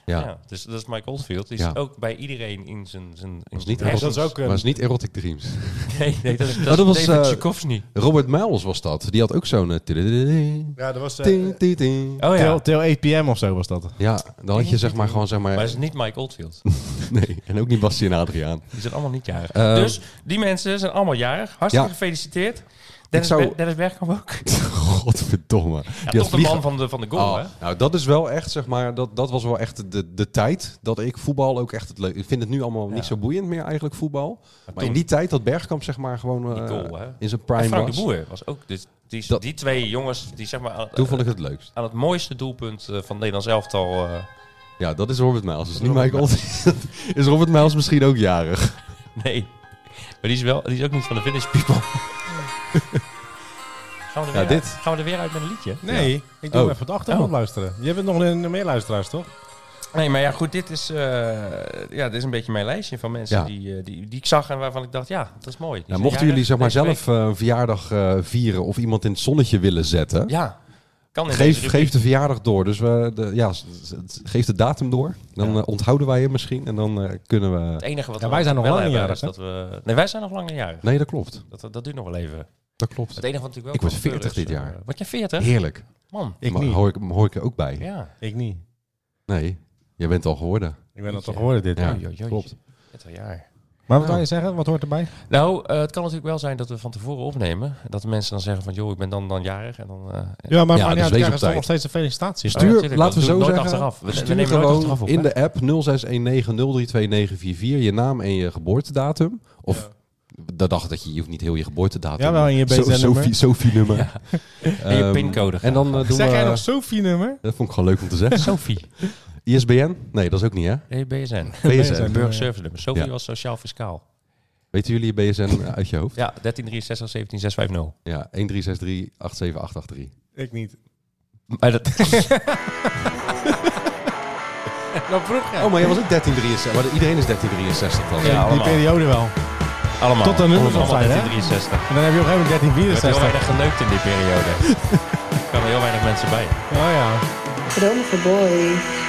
[SPEAKER 1] Ja.
[SPEAKER 3] dus dat is Mike Oldfield. Die
[SPEAKER 1] Ja.
[SPEAKER 3] is ook bij iedereen in zijn... zijn in
[SPEAKER 1] Was niet
[SPEAKER 3] zijn
[SPEAKER 1] Erotic,
[SPEAKER 2] dat is ook een-
[SPEAKER 1] was niet Erotic Dreams.
[SPEAKER 3] hersenen. Nee, nee, dat is, dat
[SPEAKER 1] Oh, dat was,
[SPEAKER 3] was David
[SPEAKER 1] eh,
[SPEAKER 3] Tchaikovsky.
[SPEAKER 1] Robert Miles was dat. Die had ook zo'n... eh, tididididing,
[SPEAKER 2] Ja, dat was... eh,
[SPEAKER 1] ting, ting, ting.
[SPEAKER 3] Oh ja,
[SPEAKER 2] Till, till 8 pm of zo was dat.
[SPEAKER 1] Ja, dan had je zeg maar gewoon zeg
[SPEAKER 3] maar het
[SPEAKER 1] maar...
[SPEAKER 3] is niet Mike Oldfield.
[SPEAKER 1] *laughs* Nee, en ook niet Bastien
[SPEAKER 3] *laughs*
[SPEAKER 1] Adriaan.
[SPEAKER 3] Die zijn allemaal niet jarig.
[SPEAKER 1] Eh,
[SPEAKER 3] dus die mensen zijn allemaal jarig. Hartstikke
[SPEAKER 1] Ja.
[SPEAKER 3] gefeliciteerd. Dennis,
[SPEAKER 1] zou-
[SPEAKER 3] Ber- Dennis Bergkamp ook. *laughs* Ja,
[SPEAKER 1] Godverdomme. die
[SPEAKER 3] toch
[SPEAKER 1] had
[SPEAKER 3] de
[SPEAKER 1] vliegen-
[SPEAKER 3] man van de, van de goal,
[SPEAKER 1] Oh,
[SPEAKER 3] hè?
[SPEAKER 1] nou, dat is wel echt, zeg maar, dat, dat was wel echt de, de tijd dat ik voetbal ook echt het leuk. Ik vind het nu allemaal niet zo boeiend meer eigenlijk voetbal. Maar,
[SPEAKER 3] toen-
[SPEAKER 1] in die tijd dat Bergkamp, zeg maar, gewoon eh,
[SPEAKER 3] Die goal, hè?
[SPEAKER 1] in zijn
[SPEAKER 3] En
[SPEAKER 1] prime
[SPEAKER 3] Frank
[SPEAKER 1] was.
[SPEAKER 3] de Boer was ook... Dus die,
[SPEAKER 1] Dat-
[SPEAKER 3] die twee jongens die zeg maar... aan-
[SPEAKER 1] Toen vond ik het leukst.
[SPEAKER 3] aan het mooiste doelpunt eh, van Nederland zelf al.
[SPEAKER 1] Ja, dat is Robert Miles. Dat is niet Michael. *laughs* is Robert Miles misschien ook jarig?
[SPEAKER 3] *laughs* nee. Maar die is, wel, die is ook niet van de Village
[SPEAKER 1] *laughs*
[SPEAKER 3] People. gaan, we er
[SPEAKER 1] Ja,
[SPEAKER 3] weer
[SPEAKER 1] dit.
[SPEAKER 3] Uit, gaan we er weer uit met een liedje?
[SPEAKER 2] Nee, ik doe
[SPEAKER 1] Oh.
[SPEAKER 2] hem even op de achtergrond luisteren. Je bent nog een, meer luisteraars, toch?
[SPEAKER 3] Nee, maar ja, goed. Dit is, eh, ja, dit is een beetje mijn lijstje van mensen
[SPEAKER 1] Ja.
[SPEAKER 3] die, eh, die, die ik zag en waarvan ik dacht, ja, dat is mooi. Die
[SPEAKER 1] Nou,
[SPEAKER 3] zijn
[SPEAKER 1] mochten
[SPEAKER 3] jarig
[SPEAKER 1] jullie zeg maar
[SPEAKER 3] deze
[SPEAKER 1] zelf eh, een verjaardag eh, vieren of iemand in het zonnetje willen zetten,
[SPEAKER 3] week. Ja, kan in deze
[SPEAKER 1] geef,
[SPEAKER 3] rubriek.
[SPEAKER 1] geef de verjaardag door. Dus we, de, ja, s- s- geef de datum door. Dan
[SPEAKER 3] Ja.
[SPEAKER 1] eh, onthouden wij hem misschien en dan eh, kunnen
[SPEAKER 3] Het
[SPEAKER 1] we.
[SPEAKER 3] enige wat
[SPEAKER 2] Ja,
[SPEAKER 3] we
[SPEAKER 2] wij zijn nog
[SPEAKER 3] wel
[SPEAKER 2] lang niet
[SPEAKER 3] hebben is dat we... Nee, wij zijn nog lang niet jarig.
[SPEAKER 1] Nee, dat klopt.
[SPEAKER 3] Dat, dat duurt nog wel even.
[SPEAKER 1] Dat klopt.
[SPEAKER 3] Het enige wat natuurlijk
[SPEAKER 1] Ik
[SPEAKER 3] wel
[SPEAKER 1] word
[SPEAKER 3] kan gebeuren
[SPEAKER 1] 40
[SPEAKER 3] is,
[SPEAKER 1] dit
[SPEAKER 3] eh,
[SPEAKER 1] jaar.
[SPEAKER 3] word je 40?
[SPEAKER 1] Heerlijk.
[SPEAKER 3] Man,
[SPEAKER 2] Ik
[SPEAKER 1] maar
[SPEAKER 2] niet.
[SPEAKER 1] Hoor ik, hoor ik er ook bij?
[SPEAKER 3] ja.
[SPEAKER 2] Ik niet.
[SPEAKER 1] Nee, jij bent al geworden.
[SPEAKER 2] Ik ben dat
[SPEAKER 3] Jeetje.
[SPEAKER 2] toch geworden dit Oh,
[SPEAKER 1] Ja,
[SPEAKER 2] jaar.
[SPEAKER 1] klopt.
[SPEAKER 3] 40 jaar.
[SPEAKER 2] Maar wat wil je zeggen? Wat hoort erbij?
[SPEAKER 3] Nou, eh, het kan natuurlijk wel zijn dat we van tevoren opnemen. Dat de mensen dan zeggen van, joh, ik ben dan, dan jarig. En dan, eh,
[SPEAKER 2] Ja, maar
[SPEAKER 1] Ja, dus
[SPEAKER 2] van ja,
[SPEAKER 1] wees
[SPEAKER 2] het
[SPEAKER 1] op
[SPEAKER 2] is toch
[SPEAKER 1] tijd.
[SPEAKER 2] nog steeds een felicitatie.
[SPEAKER 3] Oh ja,
[SPEAKER 1] Stuur,
[SPEAKER 3] tuurlijk,
[SPEAKER 1] laten we
[SPEAKER 3] dat
[SPEAKER 1] zo
[SPEAKER 3] doe ik nooit
[SPEAKER 1] zeggen.
[SPEAKER 3] achteraf. We- we
[SPEAKER 1] stuur
[SPEAKER 3] nemen nooit
[SPEAKER 1] gewoon
[SPEAKER 3] achteraf op,
[SPEAKER 1] in
[SPEAKER 3] hè?
[SPEAKER 1] de app 0619032944 je naam en je geboortedatum. Of de dag dat je, je hoeft niet heel je geboortedatum.
[SPEAKER 2] Ja, wel, en je
[SPEAKER 1] Zo-
[SPEAKER 2] BZN nummer.
[SPEAKER 1] Sophie- Sophie-nummer. *laughs*
[SPEAKER 3] en je
[SPEAKER 1] Ehm,
[SPEAKER 3] pincode.
[SPEAKER 1] En dan eh, doen
[SPEAKER 2] Zeg
[SPEAKER 1] we...
[SPEAKER 2] jij nog Sophie-nummer?
[SPEAKER 1] dat vond ik gewoon leuk om te zeggen.
[SPEAKER 3] *laughs* Sophie.
[SPEAKER 1] ISBN? Nee, dat is ook niet, hè?
[SPEAKER 3] Nee, BSN.
[SPEAKER 1] *laughs* BSN.
[SPEAKER 3] Burgerservice nummer. Sophie
[SPEAKER 1] Ja.
[SPEAKER 3] was sociaal fiscaal.
[SPEAKER 1] Weten jullie je BSN uit je hoofd?
[SPEAKER 3] Ja, 1363 17650.
[SPEAKER 1] Ja, 136387883.
[SPEAKER 2] Ik niet.
[SPEAKER 3] Maar dat... *laughs*
[SPEAKER 1] *laughs*
[SPEAKER 3] Nou,
[SPEAKER 2] Dat vroeg jij.
[SPEAKER 1] Oh, maar jij was ook 1363. Maar iedereen is 1363 dan.
[SPEAKER 3] Ja,
[SPEAKER 2] die
[SPEAKER 3] allemaal.
[SPEAKER 2] periode wel.
[SPEAKER 3] Allemaal.
[SPEAKER 2] Tot de nummers
[SPEAKER 3] Allemaal
[SPEAKER 2] af zijn, hè?
[SPEAKER 3] 1363.
[SPEAKER 2] En dan heb je op een gegeven
[SPEAKER 3] Er
[SPEAKER 2] moment
[SPEAKER 3] werd heel
[SPEAKER 2] 1364.
[SPEAKER 3] weinig geneukt
[SPEAKER 2] *laughs*
[SPEAKER 3] in die periode. Er kwamen heel weinig mensen bij.
[SPEAKER 2] Oh ja.
[SPEAKER 4] Dromen voor boys.